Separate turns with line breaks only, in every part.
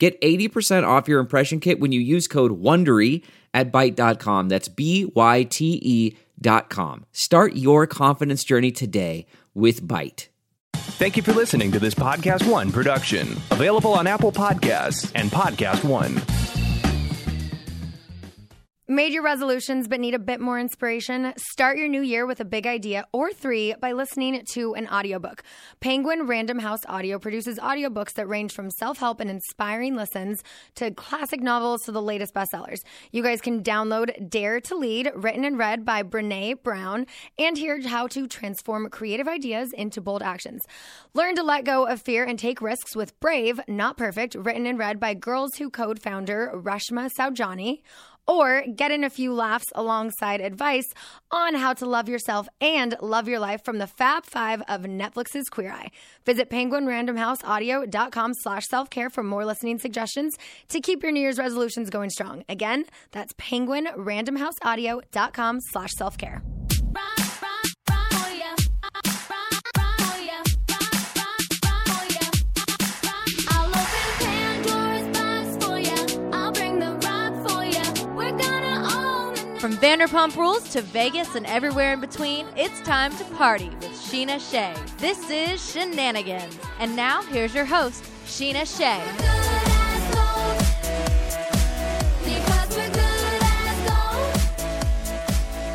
Get 80% off your impression kit when you use code WONDERY at Byte.com. That's B Y T E dot com. Start your confidence journey today with Byte.
Thank you for listening to this Podcast One production, available on Apple Podcasts and Podcast One.
Made your resolutions but need a bit more inspiration? Start your new year with a big idea or three by listening to an audiobook. Penguin Random House Audio produces audiobooks that range from self help and inspiring listens to classic novels to the latest bestsellers. You guys can download Dare to Lead, written and read by Brene Brown, and hear how to transform creative ideas into bold actions. Learn to let go of fear and take risks with Brave, Not Perfect, written and read by Girls Who Code founder Reshma Saujani or get in a few laughs alongside advice on how to love yourself and love your life from the Fab Five of Netflix's Queer Eye. Visit penguinrandomhouseaudio.com slash self-care for more listening suggestions to keep your New Year's resolutions going strong. Again, that's penguinrandomhouseaudio.com slash self-care.
From Vanderpump Rules to Vegas and everywhere in between, it's time to party with Sheena Shea. This is Shenanigans. And now, here's your host, Sheena Shea.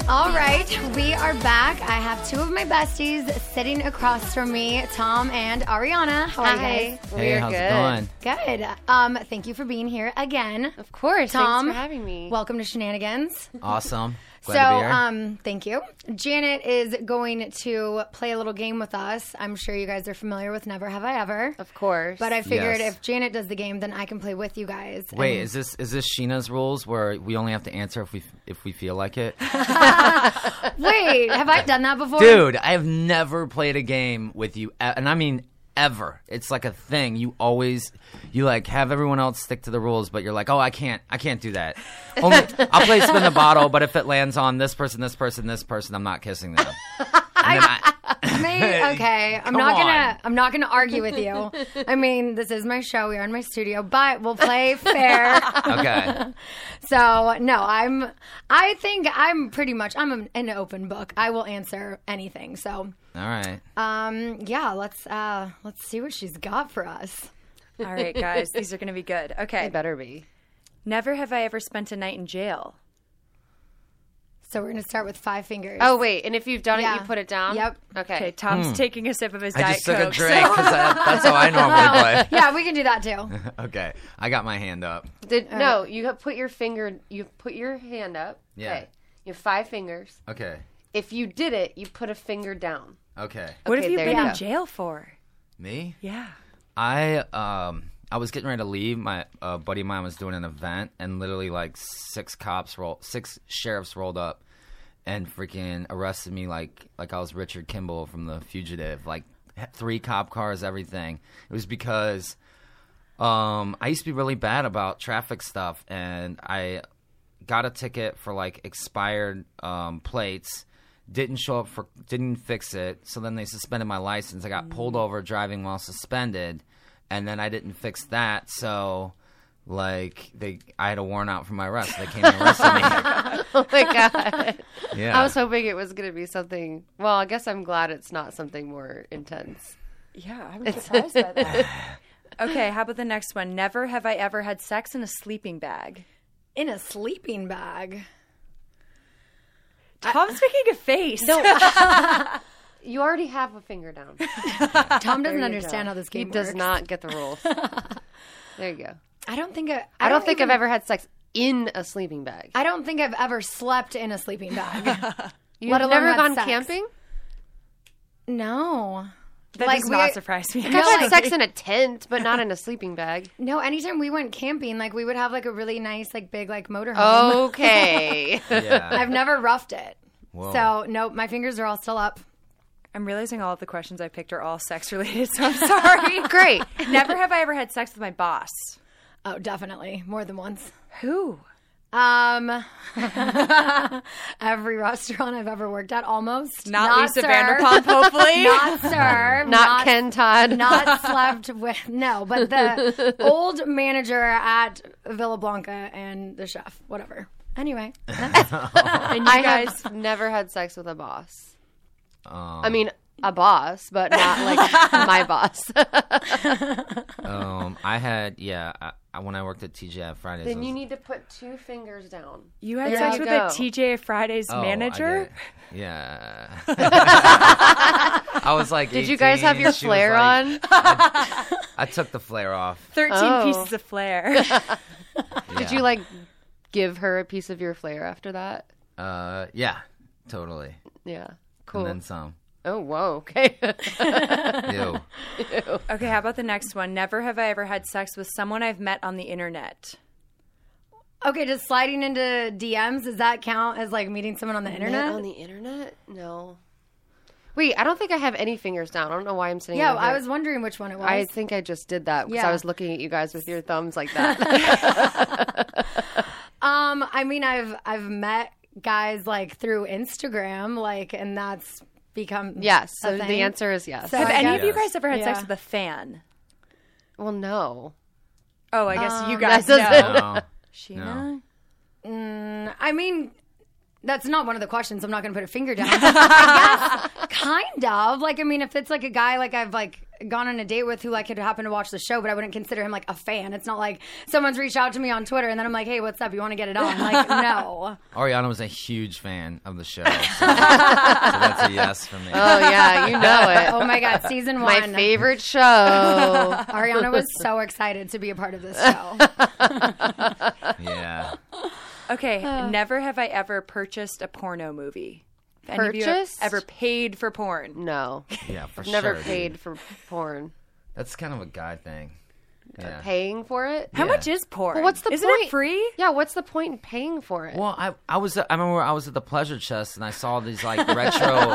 All right, we are back. I have two of my besties sitting across from me, Tom and Ariana. How are you guys?
Hey, how's it going?
Good. Um, thank you for being here again.
Of course.
Tom,
thanks for having me.
Welcome to Shenanigans.
Awesome. Glad
so,
to be here.
um, thank you. Janet is going to play a little game with us. I'm sure you guys are familiar with Never Have I Ever.
Of course.
But I figured
Yes.
if Janet does the game, then I can play with you guys.
Wait, is this is this Sheena's rules where we only have to answer if we if we feel like it?
And- wait, have I done that before?
Dude, I have never played a game with you, e- and I mean ever. It's like a thing. You always you like have everyone else stick to the rules, but you're like, oh, I can't, I can't do that. Only, I'll play spin the bottle, but if it lands on this person, this person, this person, I'm not kissing them. And then I,
May- okay, I'm
Come
not
on.
gonna. I'm not gonna argue with you. I mean, this is my show. We are in my studio, but we'll play fair.
okay.
so no, I'm. I think I'm pretty much. I'm an- an open book. I will answer anything. So
All right.
um, yeah, let's uh, let's see what she's got for us.
All right, guys, these are going to be good. Okay.
It better be.
Never have I ever spent a night in jail.
So we're gonna start with five fingers.
Oh wait, and if you've done
Yeah.
it, you put it down.
Yep.
Okay.
Okay, Tom's taking a sip of his
Hmm. I
Diet
just took
Coke.
a drink 'cause I- that's how I normally
yeah, we can do that too.
play. okay, I got my hand up.
Did, no, you have put your finger. You put your hand up.
Yeah.
Okay. You have five fingers.
Okay,
If you did it, you put a finger down.
okay.
what
Okay,
have you
there
been
you
in
go.
jail for?
Me?
Yeah.
I um I was getting ready to leave. My uh, buddy of mine was doing an event, and literally like six cops roll, six sheriffs rolled up, and freaking arrested me like like I was Richard Kimball from The Fugitive. Like h- three cop cars, everything. It was because um I used to be really bad about traffic stuff, and I got a ticket for like expired um, plates didn't show up for didn't fix it so then they suspended my license i got
Mm.
pulled over driving while suspended and then i didn't fix that so like they i had a warrant out for my arrest they came and arrested me
Oh my god.
yeah
I was hoping it was going to be something. Well, I guess I'm glad it's not something more intense.
Yeah, I'm surprised by that.
Okay, how about the next one? Never have I ever had sex in a sleeping bag.
In a sleeping bag?
Tom's making a face.
No. you already have a finger down.
Tom doesn't understand how this game
He does
works.
not get the rules. there you go.
I don't think I,
I, don't, think
even-
I've ever had sex in a sleeping bag.
I don't think I've ever slept in a sleeping bag.
You've
let alone
never
had
gone
sex.
camping?
No.
That
Like,
does
we-
not surprise me.
Like, I've had sex in a tent, but not in a sleeping bag.
No, anytime we went camping, like we would have like a really nice, like big, like motorhome.
Okay.
I've never roughed it.
Whoa.
So, nope, my fingers are all still up.
I'm realizing all of the questions I picked are all sex related, so I'm sorry.
Great.
Never have I ever had sex with my boss.
Oh, definitely. More than once.
Who?
Um, every restaurant I've ever worked at, almost.
Not, Lisa
sir.
Vanderpump, hopefully.
Not sir.
Not, Ken Todd.
Not slept with. No, but the old manager at Villa Blanca and the chef, whatever. Anyway,
I have never had sex with a boss. I mean, a boss, but not like my boss.
Um, I had yeah. I, I, when I worked at TGI Fridays, I
then
was-
you need to put two fingers down.
You had
There
sex
you
with
go.
a TJ Fridays
Oh, I
manager?
get it. Yeah. I was like,
Did you guys have
18,
your
she was
flare
like-
on?
I took the flare off.
13
Oh.
pieces of flair.
Did you like give her a piece of your flare after that?
Uh, yeah, totally.
Yeah. Cool.
And then some.
oh, whoa. Okay.
Ew.
okay, how about the next one? Never have I ever had sex with someone I've met on the internet.
okay. Does sliding into DMs does that count as like meeting someone on the internet?
Met on the internet? No. Wait, I don't think I have any fingers down. I don't know why I'm sitting.
yeah,
over
I
here.
was wondering which one it was.
I think I just did that because
Yeah.
I was looking at you guys with your thumbs like that.
Um, I mean, I've I've met guys like through Instagram, like, and that's become
yes.
a
So the
thing.
answer is yes.
So
Have
I
any
guess-
of you guys ever had sex
Yeah.
with a fan?
well, no.
Oh, I guess you
That
guys
doesn't-
know.
No.
Sheena?
I mean, that's not one of the questions. I'm not going to put a finger down. I guess, kind of. Like, I mean, if it's like a guy like I've like gone on a date with who like had happened to watch the show, but I wouldn't consider him like a fan. It's not like someone's reached out to me on Twitter and then I'm like, hey, what's up? You want to get it on? Like, no.
Ariana was a huge fan of the show. So, so that's a yes for me.
Oh yeah, you know
Oh my god, season
it.
one.
My favorite show.
Ariana was so excited to be a part of this show.
Yeah.
Okay, never have I ever purchased a porno movie. Have any of you
Purchased?
ever paid for porn?
Mm.
No,
Yeah, for
never
sure. dude.
paid for porn.
That's kind of a guy thing. Yeah.
Paying for it?
How much is porn?
Well, what's the
Isn't
point?
it free?
Yeah, what's the point in paying for it?
Well, I I was I remember I was at the pleasure chest and I saw these like retro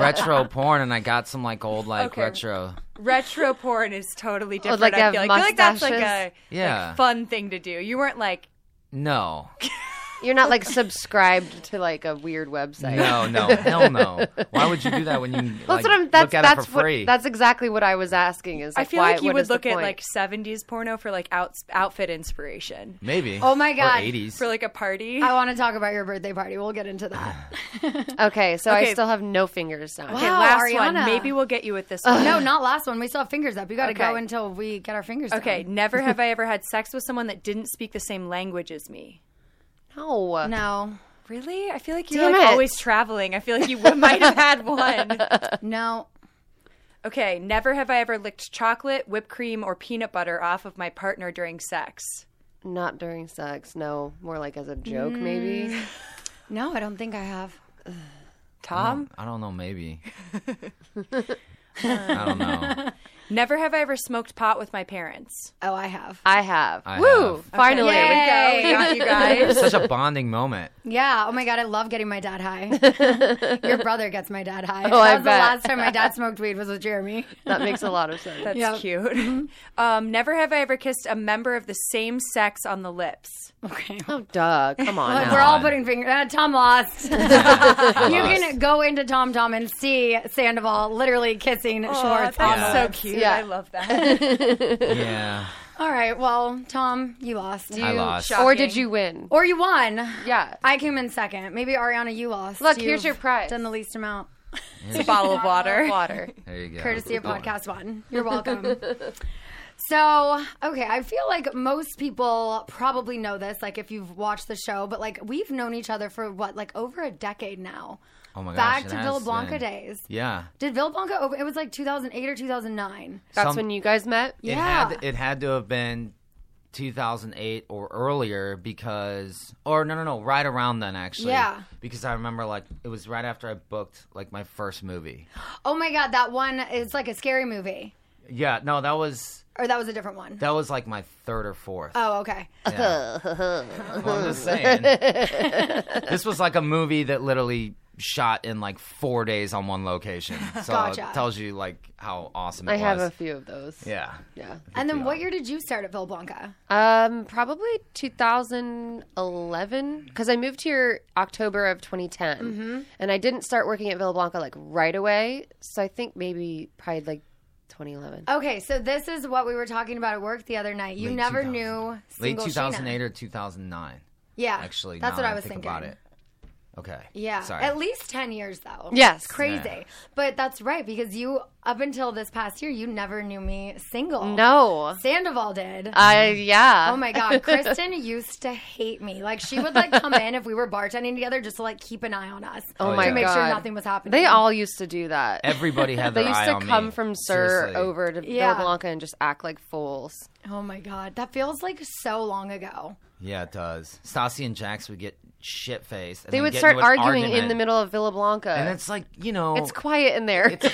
retro porn and I got some like old like
Okay.
retro.
Retro porn is totally different.
like,
I
have
feel Oh, like, I feel like that's like a
mustaches?
Yeah.
like, fun thing to do. You weren't like
No,
You're not like subscribed to like a weird website.
no, no, hell no. Why would you do that when you like,
Well, that's what I'm. That's
look at
that's
it for free?
what. That's exactly what I was asking. Is
I
like,
feel
why,
like you
what
would
is the
look at
point?
like 70s porno for like out, outfit inspiration
Maybe.
Oh my God.
Or 80s.
for like a party.
I want to talk about your birthday party. We'll get into that.
Okay, so I
Okay.
still have no fingers down.
okay,
Wow,
last one.
Ariana.
Maybe we'll get you with this one.
no, not last one. We still have fingers up. You got to go
Okay.
until we get our fingers.
Okay, never have I ever had sex with someone that didn't speak the same language as me.
No.
Down. No,
Really? I feel like you're
Damn
like
it.
always traveling. I feel like you w- might have had one.
no.
Okay, never have I ever licked chocolate, whipped cream, or peanut butter off of my partner during sex.
Not during sex. No, more like as a
Mm.
joke, maybe.
No, I don't think I have.
Tom,
I don't know. Maybe. I don't know.
never have I ever smoked pot with my parents.
Oh, I have.
I have.
I
Woo!
have.
Finally.
There we go. We got you guys.
Such a bonding moment.
Yeah. Oh my god, I love getting my dad high. Your brother gets my dad high. that
I bet.
was the last time my dad smoked weed was with Jeremy.
That makes a lot of sense.
That's
Yeah.
cute. um, never have I ever kissed a member of the same sex on the lips.
Okay.
oh, duh. Come on.
We're
now.
all putting fingers. Uh, Tom lost. you can go into Tom Tom and see Sandoval literally kissing Schwartz. on the
so
lips.
cute.
Yeah.
I love that.
Yeah.
All right. Well, Tom, you lost.
I lost.
Or did you win?
or you won.
Yeah.
I came in second. Maybe Ariana, you lost.
Look, here's your
You've
prize.
Done the least amount.
Bottle of water.
Water.
There you go.
courtesy of
Oh,
podcast one. You're welcome.
So, okay, I feel like most people probably know this, like if you've watched the show, but like we've known each other for what, like over a decade now.
Oh my
Back
gosh. it
to
has
Villa Blanca
been-
days.
Yeah.
Did Villablanca open? It was like 2008 or 2009.
That's Some- when
you guys met?
It
Yeah.
had it had to have been 2008 or earlier because or no no no right around then actually
Yeah.
because I remember like it was right after I booked like my first movie.
oh my God, that one is like a scary movie.
Yeah, no, that was
Or that was a different one.
that was like my third or fourth.
Oh, okay.
Yeah. I'm just saying. this was like a movie that literally shot in like four days on one location. So
Gotcha.
it tells you like how awesome it
I
was.
have a few of those.
Yeah.
Yeah.
and then what year did you start at Villablanca?
Um, probably 2011 because I moved here October of 2010,
Mhm.
and I didn't start working at Villa Blanca like right away. So I think maybe probably like 2011.
Okay, so this is what we were talking about at work the other night. You
Late
never knew
Late
single
2008
Sheena.
or 2009.
Yeah,
Actually,
that's what
now that
I was
think about
thinking.
it. Okay.
Yeah,
Sorry.
at least 10 years though.
Yes.
It's crazy.
Yeah.
But that's right because you up until this past year you never knew me single.
No. Uh,
Sandoval did.
I- yeah.
Oh my god, Kristen used to hate me. Like she would like come in if we were bartending together just to like keep an eye on us.
Oh
to
my
make sure
God.
nothing was happening.
They all used to do that.
Everybody had
they
their
used
eye
to
on
come
me.
from Sur
Seriously.
over to
Yeah.
Villa Blanca and just act like fools.
Oh my god, that feels like so long ago.
Yeah, it does. Stassi and Jax would get shit faced.
They would start arguing in the middle of Villa Blanca,
And it's like you know,
it's quiet in there. It's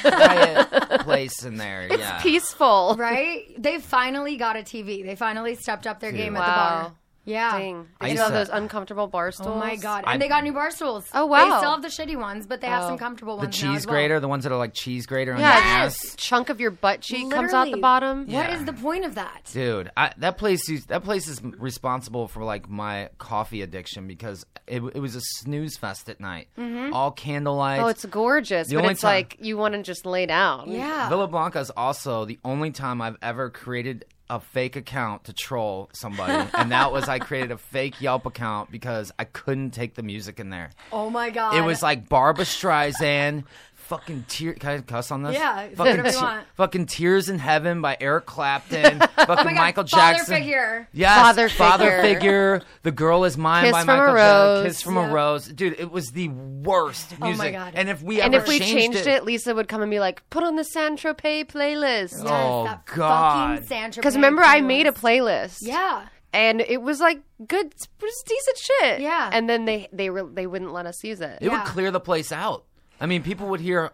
place in there. yeah.
peaceful,
right? They finally got a TV. They finally stepped up their
Dude.
game at
Wow.
the bar. Yeah.
Dang.
I
Did you
used
have
to-
those uncomfortable bar stools?
Oh my god! And
I-
they got new bar stools.
Oh, wow. Oh.
They still have the shitty ones, but they have some comfortable
the
ones. now
cheese
as well.
grater, the ones that are like cheese grater on your
Yeah,
ass.
it's just chunk of your butt cheek comes out the bottom.
What is the point of that?
Dude, I, that place is that place is responsible for like my coffee addiction because it, it was a snooze fest at night.
Mm-hmm.
Mhm.
All candlelight.
Oh, it's gorgeous,
The
but
only
it's
time-
like you want to just lay down.
Villa Blanca is also the only time I've ever created a fake account to troll somebody, and that was I created a fake Yelp account because I couldn't take the music in there.
Oh my god!
It was like Barbara Streisand. Fucking tear. Can I cuss on this?
Yeah, say
Fucking,
whatever you want. Oh
fucking Tears in Heaven by Eric Clapton. fucking Michael Jackson.
Father figure.
Yes,
Father
Father
Figure.
Figure, The Girl Is Mine
Kiss
by
from a
Michael Jackson,
Rose.
Kiss from
Yeah.
a Rose. Dude, it was the worst music.
Oh
my God.
And if we
and
ever
if we
changed, it,
Lisa would come and be like, "Put on the San Tropez playlist."
oh God.
Because remember, I made a playlist.
Yeah.
And it was like good, it was decent shit.
Yeah.
And then they they were they wouldn't let us use it.
It would clear the place out. I mean, people would hear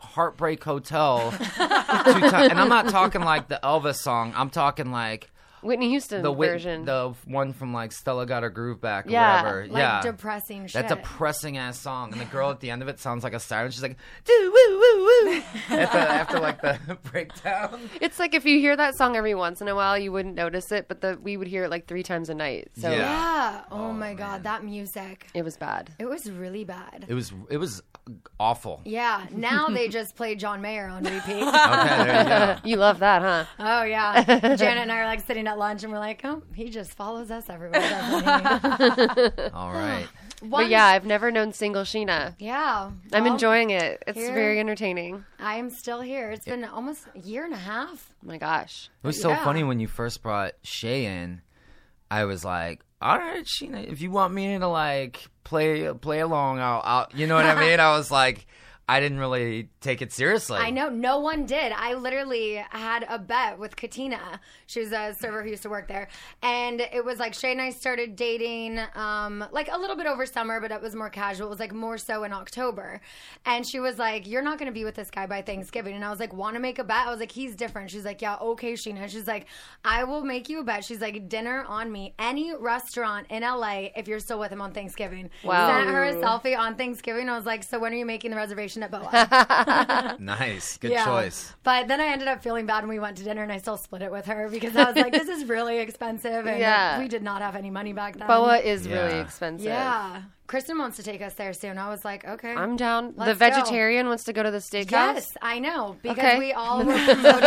Heartbreak Hotel, two times, and I'm not talking like the Elvis song. I'm talking like
Whitney Houston
the Whit-
version.
the one from like Stella Got Her Groove Back, or
Yeah,
whatever.
like
yeah,
depressing shit.
That depressing ass song, and the girl at the end of it sounds like a siren. She's like, "Doo woo woo woo," after, after like the breakdown.
It's like if you hear that song every once in a while, you wouldn't notice it, but the, we would hear it like three times a night. So
Yeah.
Yeah. Oh, my god, that music.
it was bad.
It was really bad.
It was it was awful.
Yeah. Now they just play John Mayer on repeat.
Okay, there you go.
You love that, huh?
Oh yeah, Janet and I are like sitting at lunch, and we're like, "Oh, he just follows us everywhere." doesn't he?"
All right.
But yeah, I've never known single Sheena.
yeah.
I'm
well,
enjoying it. It's
here-
very entertaining.
I am still here. It's been almost a year and a half.
Oh my gosh.
It was so
Yeah.
funny when you first brought Shay in. I was like, "All right, Sheena, if you want me to like play play along, I'll, I'll you know what I mean." I was like, I didn't really take it seriously.
I know no one did. I literally had a bet with Katina. She was a server who used to work there, and it was like Shay and I started dating, um, like a little bit over summer, but it was more casual. It was like more so in October, and she was like, "You're not going to be with this guy by Thanksgiving," and I was like, "Want to make a bet?" I was like, "He's different." She's like, "Yeah, okay, Sheena." She's like, "I will make you a bet." She's like, "Dinner on me, any restaurant in LA, if you're still with him on Thanksgiving."
Wow.
Sent her a selfie on Thanksgiving. I was like, "So when are you making the reservation at Boa?"
Nice, good
Yeah.
choice.
But then I ended up feeling bad when we went to dinner and I still split it with her because I was like, this is really expensive. And
Yeah.
we did not have any money back then.
Boa is really
Yeah.
expensive.
Yeah. Kristen wants to take us there soon. I was like, okay.
I'm down. the
Let's go.
vegetarian wants to go to the steakhouse.
Yes, I know. Because
Okay.
we all were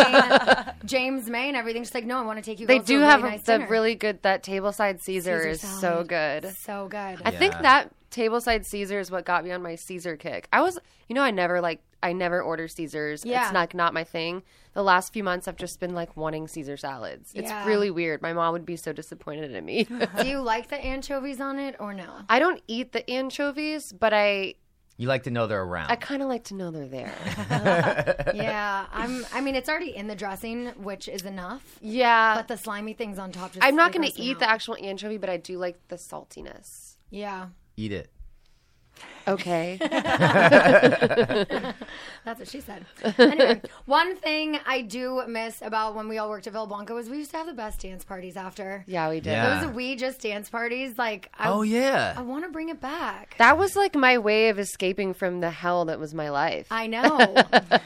promoting James May and everything. She's like, no, I want to take you
They
girls to
do
a
have
really nice
the
dinner.
really good that tableside Caesar,
Caesar
is so
salad.
good.
So good.
I think
Yeah.
that tableside Caesar is what got me on my Caesar kick. I was, you know, I never like I never order Caesars.
Yeah.
It's like not my thing. The last few months I've just been like wanting Caesar salads.
Yeah.
It's really weird. My mom would be so disappointed in me.
Do you like the anchovies on it or no?
I don't eat the anchovies, but I
You like to know they're around.
I kind of like to know they're there.
yeah, I'm. I mean, it's already in the dressing, which is enough.
Yeah,
but the slimy things on top. Just
I'm not
going
going to eat the actual anchovy, but I do like the saltiness.
Yeah.
Eat it.
Okay.
That's what she said. Anyway, one thing I do miss about when we all worked at Villa Blanca was we used to have the best dance parties after.
Yeah, we did.
Yeah.
Those we just dance parties, like I,
Oh, yeah.
I want to bring it back.
That was like my way of escaping from the hell that was my life.
I know.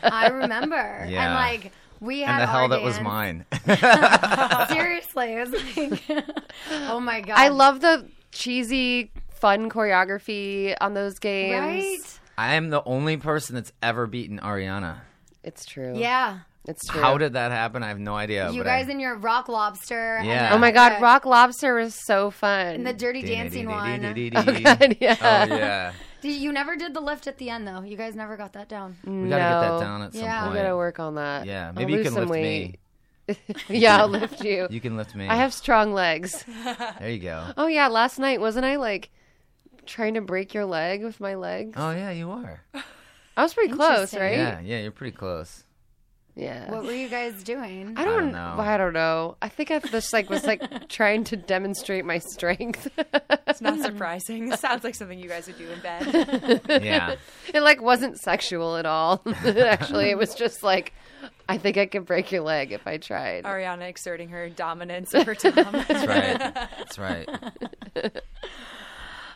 I remember, and
Yeah.
like we had
and the
our
hell that was
dance.
mine.
Seriously, it was like, oh my god,
I love the cheesy, fun choreography on those games.
Right?
I am the only person that's ever beaten Ariana.
It's true.
Yeah.
It's true.
How did that happen? I have no idea.
you
but I-
guys in your rock lobster. and
Yeah.
then
Oh my God,
the-
Rock Lobster was so fun.
And the dirty dancing one. Did
Dee-dee-dee-dee-dee-dee.
Oh, God, yeah.
Oh, yeah.
You never did the lift at the end though. You guys never got that down.
We got to get that
No.
down at some
Yeah.
point.
I'm gonna work Oh, on that.
Yeah,
"Oh,
I'll
maybe you
lose
can
some
lift
weight.
me.
yeah, I'll lift you.
You can lift me.
I have strong legs.
There you go.
Oh yeah, last night wasn't I like trying to break your leg with my legs?
Oh yeah, you are.
I was pretty close,
Interesting.
right?
Yeah, yeah, you're pretty close.
Yeah.
What were you guys doing?
I
don't
don't,
know.
I don't know. I think I just like was like trying to demonstrate my strength.
It's not surprising. It sounds like something you guys would do in bed.
Yeah.
it like wasn't sexual at all. Actually, it was just like I think I could break your leg if I tried.
Ariana exerting her dominance over Tom.
That's right. That's right.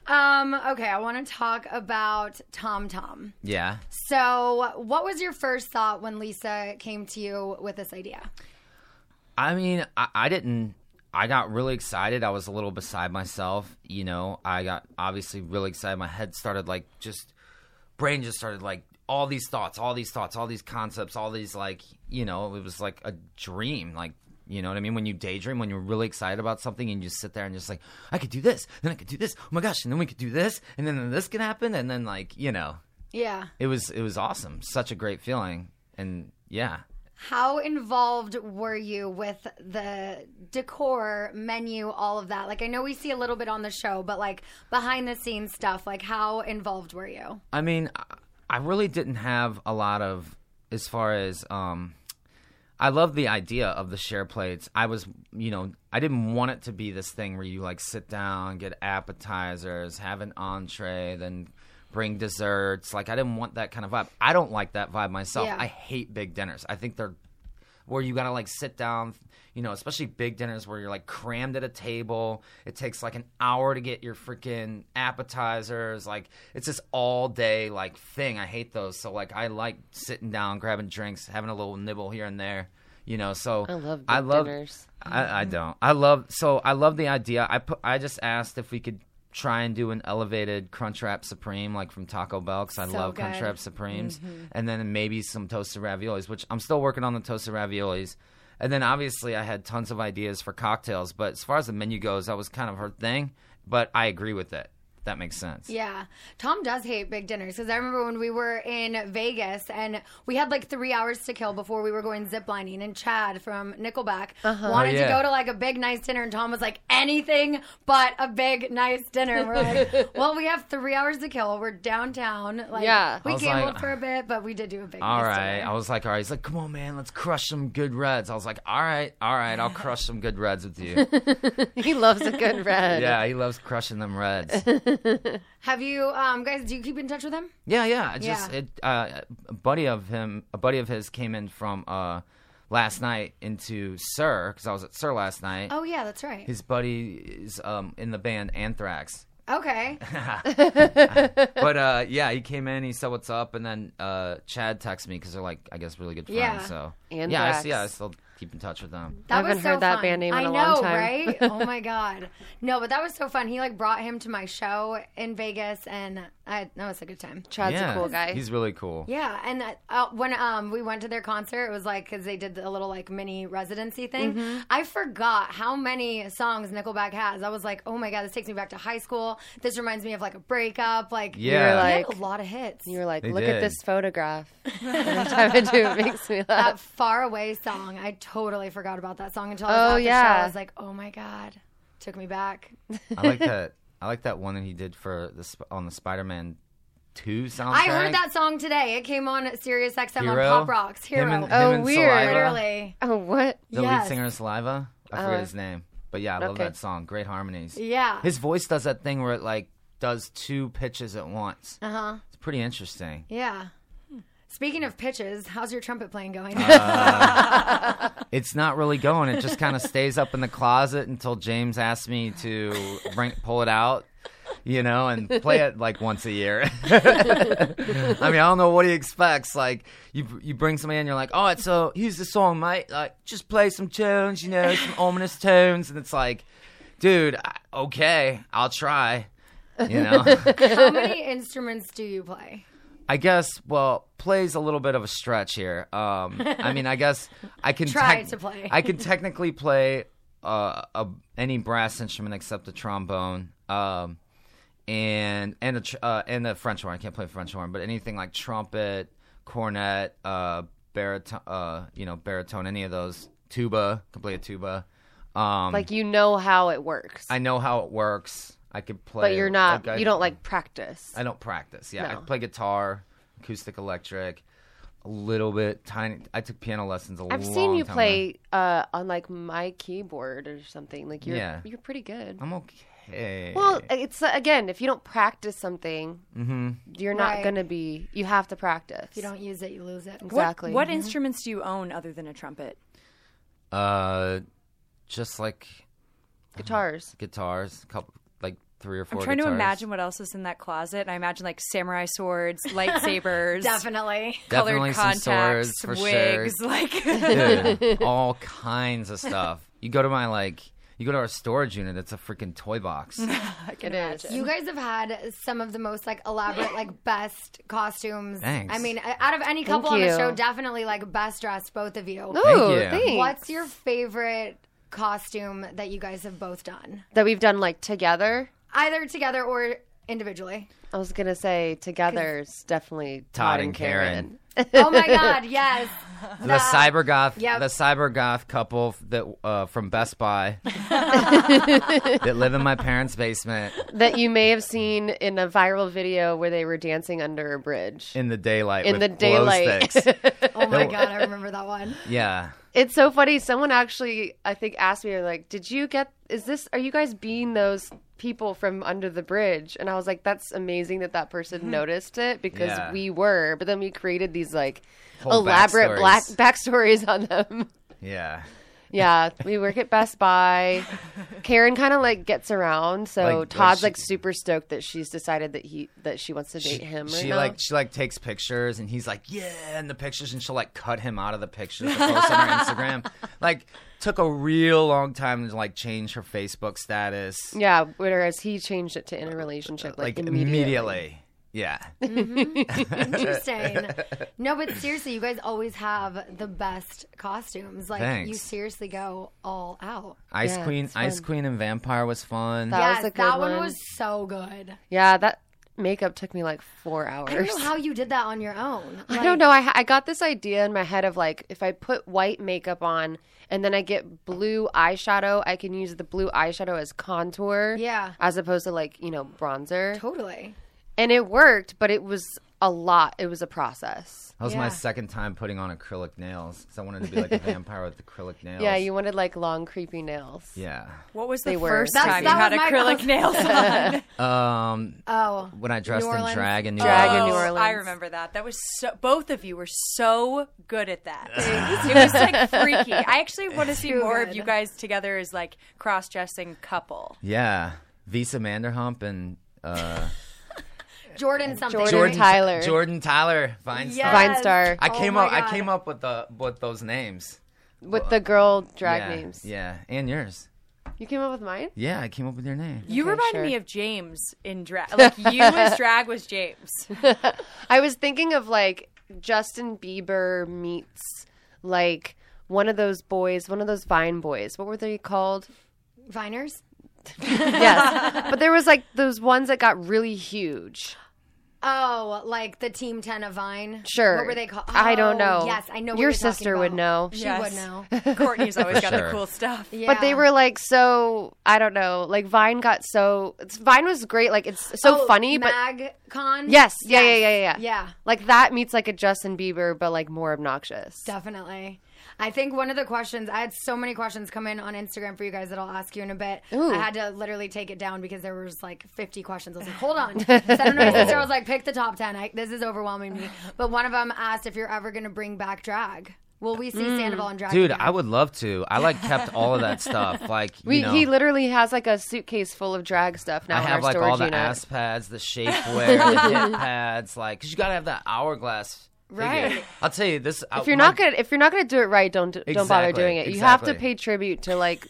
Um, okay, I want to talk about Tom Tom.
Yeah.
So, what was your first thought when Lisa came to you with this idea?
I mean, I, I didn't. I got really excited. I was a little beside myself. You know, I got obviously really excited. My head started like just, brain just started like all these thoughts, all these thoughts, all these concepts, all these like, you know, it was like a dream. Like, you know what I mean? When you daydream, when you're really excited about something and you just sit there and just like, I could do this, then I could do this. Oh my gosh. And then we could do this. And then this can happen. And then like, you know,
Yeah.
it was, it was awesome. Such a great feeling. And yeah.
How involved were you with the decor, menu, all of that? Like, I know we see a little bit on the show, but like behind the scenes stuff, like, how involved were you?
I mean, I- I really didn't have a lot of as far as um I love the idea of the share plates. I was, you know, I didn't want it to be this thing where you like sit down, get appetizers, have an entree, then bring desserts. Like I didn't want that kind of vibe. I don't like that vibe myself.
Yeah.
I hate big dinners. I think they're where you gotta like sit down, you know, especially big dinners where you're like crammed at a table. It takes like an hour to get your freaking appetizers. Like it's this all day like thing. I hate those. So like I like sitting down, grabbing drinks, having a little nibble here and there. You know, so
I love
I
big
love
dinners. Mm-hmm.
I, I don't. I love so I love the idea. I put I just asked if we could try and do an elevated Crunchwrap Supreme like from Taco Bell because I
So
love
good.
Crunchwrap Supremes, and then maybe some toasted raviolis, which I'm still working on the toasted raviolis. And then obviously I had tons of ideas for cocktails, but as far as the menu goes, that was kind of her thing. But I agree with it. If That makes sense.
Yeah. Tom does hate big dinners because I remember when we were in Vegas and we had like three hours to kill before we were going ziplining. And Chad from Nickelback wanted
Oh, yeah.
to go to like a big, nice dinner. And Tom was like, anything but a big, nice dinner. And We're like, well, we have three hours to kill. We're downtown. Like,
Yeah.
I
We
was
gambled
like-
for a bit, but we did do a big
All
nice
right.
dinner.
I was like, all right. He's like, come on, man, let's crush some good reds. I was like, all right, all right, I'll crush some good reds with you.
he loves a good red.
yeah, he loves crushing them reds.
Have you, um, guys, do you keep in touch with him?
Yeah, yeah. I just
Yeah.
It, uh, a buddy of him, a buddy of his, came in from uh, last night into Sir because I was at Sir last night.
Oh, yeah, that's right.
His buddy is um, in the band Anthrax,
Okay.
but uh, yeah, he came in. He said what's up, and then uh, Chad texted me because they're like, I guess, really good friends.
Yeah.
So yeah, I,
Anthrax.
yeah, I still keep in touch with them.
That
I haven't
was so
heard that
fun.
band name in
I
a
know,
long time.
right? oh my god, no, but that was so fun. He like brought him to my show in Vegas, and I, that was a good time.
Yeah, He's really cool.
Yeah, and that, uh, when um we went to their concert, it was like because they did a little like mini residency thing.
Mhm.
I forgot how many songs Nickelback has. I was like, oh my god, this takes me back to high school. This reminds me of like a breakup. Like
You were Yeah.
They had
like-
a lot of hits.
You were like,
They
look at
did.
this photograph. Every time I do, it makes me
That
laugh.
far away song. I totally forgot about that song until I
Oh,
was at the show.
yeah.
I was like, oh my god, took me back.
I like that. I like that one that he did for the sp- on the Spider-Man Two soundtrack.
I heard that song today. It came on Sirius XM
Hero?
on Pop Rocks. Hero.
Him and- him Oh, and weird. Saliva?
Literally.
Oh, what?
The
Yes.
lead singer of Saliva. I
Oh.
forget his name, but yeah, I love
Okay.
that song. Great harmonies.
Yeah.
His voice does that thing where it like does two pitches at once.
Uh huh.
It's pretty interesting.
Yeah. Speaking of pitches, how's your trumpet playing going?
Uh, it's not really going. It just kind of stays up in the closet until James asks me to bring, pull it out, you know, and play it like once a year. I mean, I don't know what he expects. Like, you you bring somebody in, you're like, all right, so here's the song, mate. Like, just play some tunes, you know, some ominous tunes, and it's like, dude, I- okay, I'll try. You know,
How many instruments do you play?
I guess. Well, plays a little bit of a stretch here. Um, I mean, I guess I can
Try to play.
I can technically play uh, a, any brass instrument except the trombone. Um, and and the tr- uh, and the French horn. I can't play French horn, but anything like trumpet, cornet, uh, baritone, uh, you know, baritone, any of those, tuba, can play a tuba. Um,
like you know how it works,
I know how it works. I could play,
but you're not.
like I-
you don't like practice.
I don't practice. Yeah,
No.
I play guitar, acoustic, electric, a little bit tiny. I took piano lessons a
I've
long
seen you
time ago.
play uh, on like my keyboard or something. Like you're
Yeah.
you're pretty good.
I'm okay.
Well, it's uh, again, if you don't practice something,
hmm
you're not
Right.
gonna be. You have to practice.
If you don't use it, you lose it.
What- Exactly.
What
Mhm.
instruments do you own other than a trumpet?
Uh, just like
guitars,
guitars, a couple like three or
I'm
4
trying to
guitars.
imagine what else is in that closet. and I imagine like samurai swords, lightsabers,
definitely
colored
Definitely some
contacts,
swords for
wigs,
sure.
like
Dude, all kinds of stuff. You go to my like, you go to our storage unit. It's a freaking toy box.
It is.
You guys have had some of the most like elaborate, like best costumes.
Thanks.
I mean, out of any
Thank
couple on the
you.
show, definitely like best dressed, both of you.
Ooh, Thank you. thanks.
What's your favorite costume that you guys have both done,
that we've done like together.
either together or individually?
I was gonna say together's definitely
Todd and Karen.
oh my god, yes.
The, cyber goth,
Yep.
the cyber goth couple f- that uh, from Best Buy that live in my parents' basement
that you may have seen in a viral video where they were dancing under a bridge.
in the daylight.
In
with
the daylight.
Glow sticks.
Oh my
That-
god, I remember that one.
Yeah.
It's so funny. Someone actually, I think, asked me, like, did you get, is this, are you guys being those people from under the bridge? And I was like, that's amazing that that person
Hmm.
noticed it because
Yeah.
we were. But then we created these, like,
Whole
elaborate black backstories on them.
Yeah.
yeah. We work at Best Buy. Karen kind of, like, gets around. So
Like- like
Todd's,
she-
like, super stoked that she's decided that he, that she wants to date him right
she
now.
like she like takes pictures and he's like yeah in the pictures and she'll like cut him out of the pictures to post on her Instagram. Like took a real long time to like change her Facebook status
yeah. Whereas he changed it to in a relationship, like,
like
immediately.
immediately. Yeah.
Interesting. No, but seriously, you guys always have the best costumes. Like
Thanks.
you seriously go all out.
Ice Queen, Ice
fun.
Queen, and Vampire was fun.
That was
yes,
a good
that one.
one.
was so good.
Yeah, that makeup took me like four
I don't
hours.
know how you did that on your own.
I
Like,
don't know. I, ha- I got this idea in my head of like, if I put white makeup on and then I get blue eyeshadow, I can use the blue eyeshadow as contour.
Yeah.
As opposed to like, you know, bronzer.
Totally.
And it worked, but it was a lot. It was a process.
That was my second time putting on acrylic nails because I wanted to be like a vampire with acrylic nails.
Yeah, you wanted like long, creepy nails.
Yeah.
What was
the They were.
first
first time
time you had
That's- that was
acrylic
my
nails on?
Um.
Oh.
When I dressed
New
in
Orleans.
drag in New
Drag in
Orleans.
New Orleans.
I remember that. That was so. Both of you were so good at that. it was like freaky. I actually want to see
Too
more of
good.
you guys together as like cross-dressing couple.
Yeah. Visa Manderhump and uh,
Jordan something. right?
Jordan Tyler Vinestar.
Yes. Vinestar.
I
Oh
came
my
up. I
God.
came up with the with those names.
with the girl drag
yeah,
names.
Yeah, and yours.
You came up with mine?
Yeah, I came up with your name.
You
Okay,
reminded
sure.
me of James in drag. Like you as drag was James.
I was thinking of like Justin Bieber meets like one of those boys, one of those Vine boys. What were they called?
Viners?
yes. But there was like those ones that got really huge.
Oh, like the Team Ten of Vine.
Sure.
What were they called?
I don't
Oh,
know.
Yes, I know. what
Your
you're talking
sister would
about.
know.
She
Yes.
would know.
Courtney's always
For
got the
sure.
cool stuff.
But they were like so I don't know. Like Vine got so it's, Vine was great. Like it's so
Oh,
funny, but
MagCon.
yes, yeah, yeah, yeah, yeah,
Yeah.
Like that meets like a Justin Bieber, but like more obnoxious.
Definitely. I think one of the questions I had so many questions come in on Instagram for you guys that I'll ask you in a bit.
Ooh.
I had to literally take it down because there was like 50 questions. I was like, hold on. Send them to my sister. I was like, pick the top 10. I, this is overwhelming me. But one of them asked if you're ever going to bring back drag. Will we see
Mm.
Sandoval and drag?
Dude,
again?
I would love to. I like kept all of that stuff. Like you
We,
know,
he literally has like a suitcase full of drag stuff now.
I
in
have
our
like
storage
all the
unit.
ass pads, the shapewear, the hip pads, like because you gotta have that hourglass. figure.
Right.
I'll tell you this. I-
If you're
my-
not gonna if you're not gonna do it right, don't do, don't bother
Exactly,
doing it. You have to
exactly.
pay tribute to like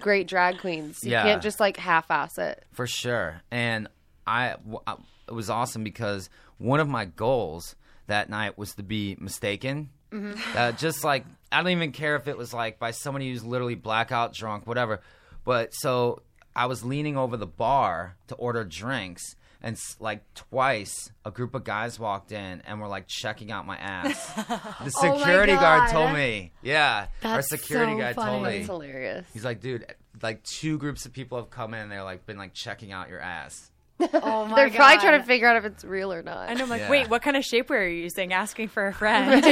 great drag queens. You
Yeah.
can't just like half ass it.
For sure. And I, w- I- it was awesome because one of my goals that night was to be mistaken.
Mm-hmm.
Mhm.
Uh, just like, I don't even care if it was like by somebody who's literally blackout drunk, whatever. But so I was leaning over the bar to order drinks. And s- like twice, a group of guys walked in and were like checking out my ass. The
Oh my
security guard
God.
told me, yeah, our
That's
security
so
guy told
funny.
me,
That's hilarious.
He's like, dude, like two groups of people have come in and they're like been like checking out your ass.
Oh
They're probably
God.
trying to figure out if it's real or not.
And I'm like,
Yeah.
wait, what kind of shapewear are you using? Asking for a friend.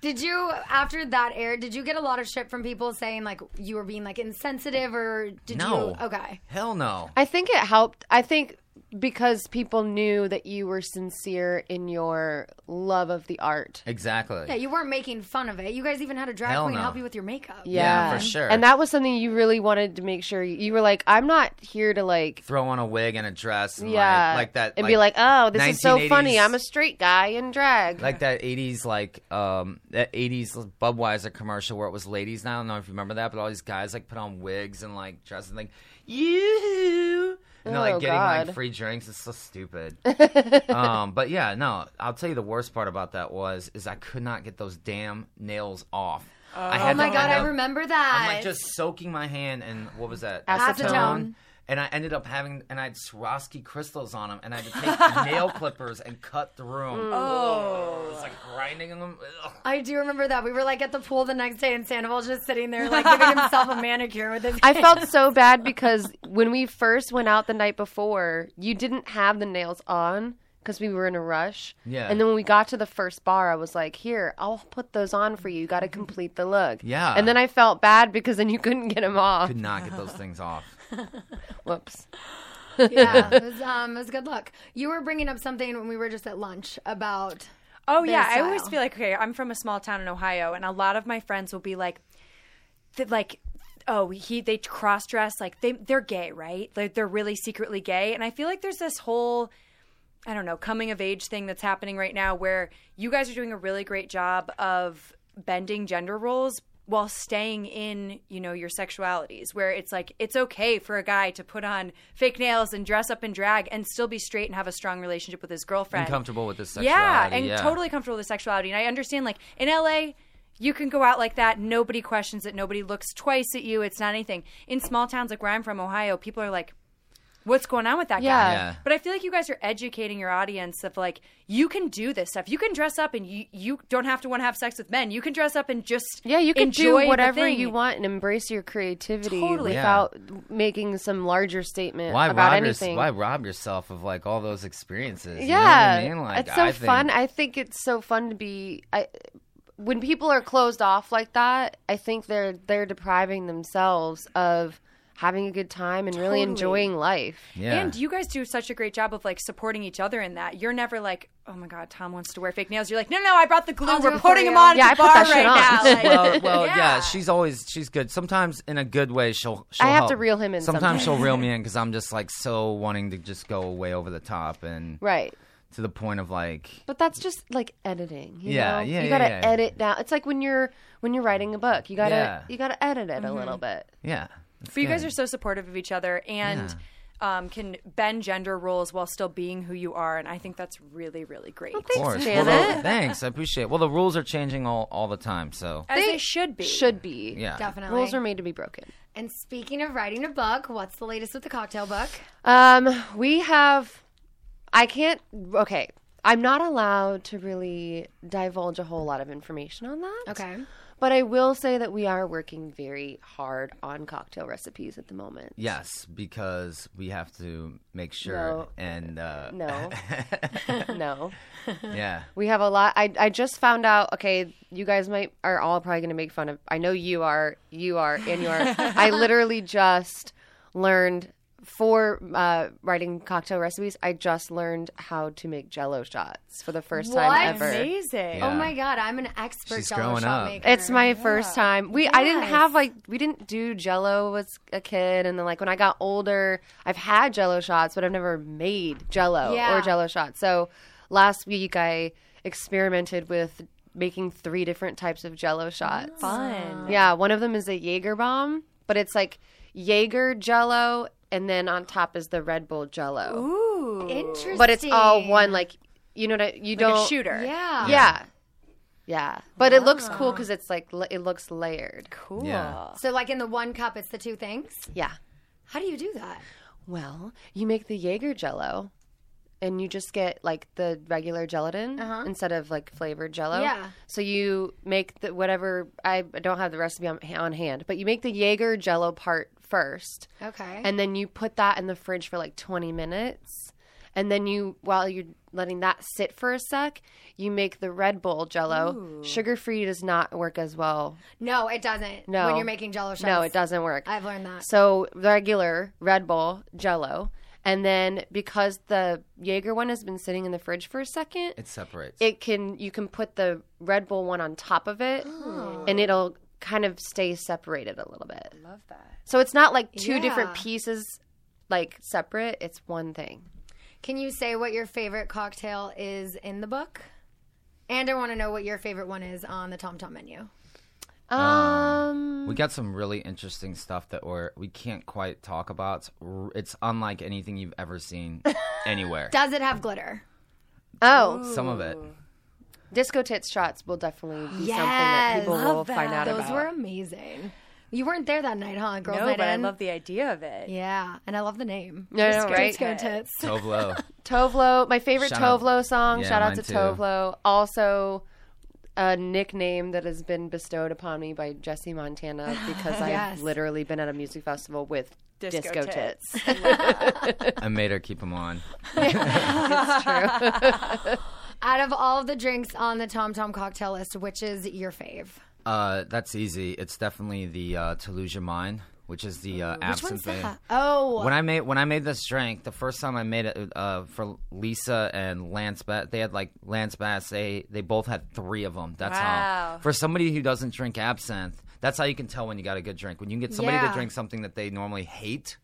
Did you after that aired? Did you get a lot of shit from people saying like you were being like insensitive or did
No.
you? Okay.
Hell no.
I think it helped. I think because people knew that you were sincere in your love of the art.
Exactly.
Yeah, you weren't making fun of it. You guys even had a drag
Hell
queen
no.
help you with your makeup.
Yeah,
for sure.
And that was something you really wanted to make sure you, you were like, I'm not here to like
Throw on a wig and a dress and
yeah,
like, like that.
and be like, oh, this is so
1980s
funny. I'm a straight guy in drag.
like that 80s like um that 80s Budweiser commercial where it was ladies now I don't know if you remember that but all these guys like put on wigs and like dress and like you and they're like
Oh,
getting
God.
like free drinks it's so stupid um but yeah no I'll tell you the worst part about that was is I could not get those damn nails off I
oh
had
my
to
god,
end
I
up-
remember that.
I'm like just soaking my hand in what was that?
Acetone. Acetone.
And I ended up having, and I had Swarovski crystals on them, and I had to take nail clippers and cut through them.
Mm. Oh.
it's like grinding in them. Ugh.
I do remember that. We were like at the pool the next day, and Sandoval's just sitting there, like giving himself a manicure with his.
I felt
hands.
so bad because when we first went out the night before, you didn't have the nails on because we were in a rush.
Yeah.
And then when we got to the first bar, I was like, "Here, I'll put those on for you. You got to complete the look."
Yeah.
And then I felt bad because then you couldn't get them off.
Could not get those things off.
Whoops.
yeah, it was, um, it was good luck. You were bringing up something when we were just at lunch about.
Oh
their
yeah, I
style.
always feel like okay, I'm from a small town in Ohio, and a lot of my friends will be like, th- like, oh he they cross dress like they they're gay, right? Like they're really secretly gay, and I feel like there's this whole I don't know coming of age thing that's happening right now where you guys are doing a really great job of bending gender roles while staying in you know your sexualities where it's like it's okay for a guy to put on fake nails and dress up in drag and still be straight and have a strong relationship with his girlfriend
I'm comfortable with this
yeah,
sexuality.
and totally comfortable with sexuality. And I understand, like in LA, you can go out like that. Nobody questions it. Nobody looks twice at you. It's not anything. In small towns like where I'm from, Ohio, people are like, "What's going on with that
Yeah.
guy?"
Yeah.
But I feel like you guys are educating your audience of like, you can do this stuff. You can dress up, and you you don't have to want to have sex with men. You can dress up and just
Yeah, you can
enjoy
do
the
whatever
thing.
you want and embrace your creativity
Totally.
Yeah.
without making some larger statement
Why
about
rob, yours-
anything.
why rob yourself of like all those experiences? You know what
Yeah,
I mean? Like,
it's so
I think-
fun. I think it's so fun to be. I when people are closed off like that, I think they're they're depriving themselves of having a good time and really
Totally.
enjoying life.
And you guys do such a great job of like supporting each other in that. You're never like, oh my god, Tom wants to wear fake nails. You're like, no, no, I brought the glue. We're putting him on
Yeah, I
at the
put
bar
that shit
right
on.
now. Like,
well, well yeah.
yeah.
she's always she's good. Sometimes in a good way, she'll.
I
she'll
have
help.
to reel him in
Sometimes she'll
sometimes.
reel me in because I'm just like so wanting to just go way over the top and
Right.
to the point of like
But that's just like editing. You
Yeah,
know?
yeah,
You gotta
yeah, yeah.
edit down. It's like when you're when you're writing a book. You gotta
Yeah. Mm-hmm.
you gotta edit it a
Mhm.
little bit.
yeah.
But you guys are so supportive of each other and um, can bend gender roles while still being who you are. And I think that's really, really great.
Of course. Well, the- thanks. I appreciate it. Well, the rules are changing all, all the time, so
As they should be.
Should be.
Yeah.
Definitely.
Rules are made to be broken.
And speaking of writing a book, what's the latest with the cocktail book?
Um, we have. I can't. Okay, I'm not allowed to really divulge a whole lot of information on that.
Okay.
But I will say that we are working very hard on cocktail recipes at the moment.
yes, because we have to make sure
No.
and uh,
No. no.
Yeah.
We have a lot. I, I just found out. Okay, you guys might are all probably going to make fun of. I know you are. You are, and you are. I literally just learned for uh, writing cocktail recipes. I just learned how to make Jello shots for the first time ever.
Amazing.
Yeah.
Oh my god, I'm an expert
She's
jello
growing
shot
up.
maker.
It's my first time. We I didn't have like we didn't do Jello as a kid, and then like when I got older, I've had Jello shots, but I've never made Jello
Yeah.
or Jello shots. So last week I experimented with making three different types of Jello shots.
Fun.
Yeah, one of them is a Jaeger bomb, but it's like Jaeger Jello, and then on top is the Red Bull Jello.
Ooh.
Interesting.
But it's all one like you know what I- you
Like a
don't
shooter.
Yeah.
yeah. Uh, Ah. Yeah, but it looks cool because it's like la- it looks layered.
Cool.
Yeah.
So like in the one cup, it's the two things.
Yeah.
How do you do that?
Well, you make the Jaeger Jello, and you just get like the regular gelatin
Uh-huh.
instead of like flavored Jello.
Yeah.
So you make the whatever I don't have the recipe on, on hand, but you make the Jaeger Jello part first,
Okay.
and then you put that in the fridge for like 20 minutes, and then you while you're letting that sit for a sec, you make the Red Bull Jello. Sugar free does not work as well
no, it doesn't.
No.
When you're making jello shots.
No, it doesn't work.
I've learned that.
So regular Red Bull Jello, and then because the Jaeger one has been sitting in the fridge for a second,
It separates.
it can you can put the Red Bull one on top of it,
Oh.
and it'll kind of stay separated a little bit.
Love that.
So it's not like two different
Yeah.
pieces, like separate. It's one thing.
Can you say what your favorite cocktail is in the book? And I want to know what your favorite one is on the Tom Tom menu.
Um,
We got some really interesting stuff that we're we can't quite talk about. It's, r- it's unlike anything you've ever seen anywhere.
Does it have glitter?
oh,
some of it.
disco tits shots will definitely be something that
Yes.
people
Love
will find out
Those
about.
were amazing. You weren't there that night, huh? Girls'
no,
night
but Oh, I
in?
love the idea of it.
yeah, and I love the name.
No, no, right?
Disco tits.
Tovlo.
Tovlo, my favorite
Shout out-
Tovlo song.
Yeah,
Shout out
mine
to
too.
Tovlo. Also, a nickname that has been bestowed upon me by Jesse Montana because
Yes.
I've literally been at a music festival with
Disco
disco,
tits.
tits.
I made her keep them on.
Out of all of the drinks on the Tom Tom cocktail list, which is your fave?
Uh, that's easy. It's definitely the uh, to lose your mind, which is the uh,
Which
absinthe.
one's
thing.
that? Oh,
When I made when I made this drink, the first time I made it uh, for Lisa and Lance Bass, they had like Lance Bass. They they both had three of them. That's
Wow.
how. For somebody who doesn't drink absinthe, that's how you can tell when you got a good drink. When you can get somebody
Yeah.
to drink something that they normally hate,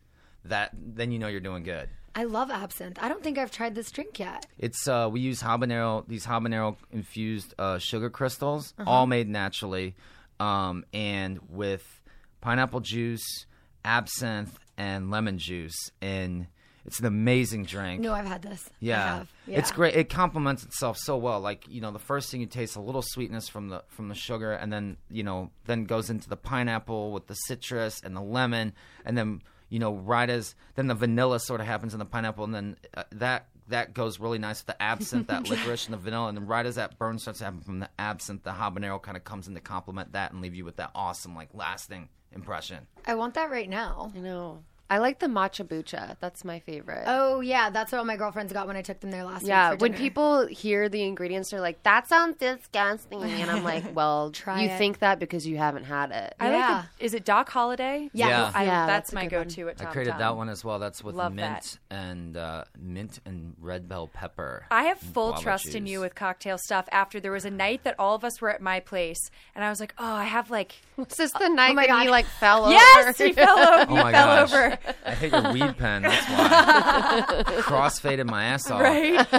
that then you know you're doing good.
I love absinthe. I don't think I've tried this drink yet.
It's uh, we use habanero these habanero infused uh, sugar crystals, all made naturally, um, and with pineapple juice, absinthe, and lemon juice. And it's an amazing drink.
No, I've had this. I
yeah.
have.
it's
Yeah.
great. It complements itself so well. Like you know, the first thing you taste a little sweetness from the from the sugar, and then you know, then goes into the pineapple with the citrus and the lemon, and then you know, right as then the vanilla sort of happens in the pineapple, and then uh, that that goes really nice with the absinthe, that licorice, and the vanilla, and then right as that burn starts to happen from the absinthe, the habanero kind of comes in to complement that and leave you with that awesome, like lasting impression.
I want that right now.
I know. I like the matcha bucha. That's my favorite.
Oh yeah, that's what all my girlfriends got when I took them there last
yeah,
week. for
when
dinner.
people hear the ingredients, they're like, "That sounds disgusting," and I'm like, "Well,
Try
you
it.
think that because you haven't had it."
I
Yeah.
like the, Is it Doc Holiday?
Yeah.
Yeah.
I,
Yeah, that's
that's,
a
my
good one.
go-to at
I
Tom
created
Tom.
that one as well. That's with
Love
mint and uh, mint and red bell pepper.
I have full
Mm, guava
trust in
juice.
you with cocktail stuff. After there was a night that all of us were at my place, and I was like, "Oh, I have like
This is the night
my
that
God.
you like fell
yes,
over.
we fell over,
Oh
we
my
fell
gosh.
over."
I hit your weed pen. That's why. Crossfaded my ass off.
Right?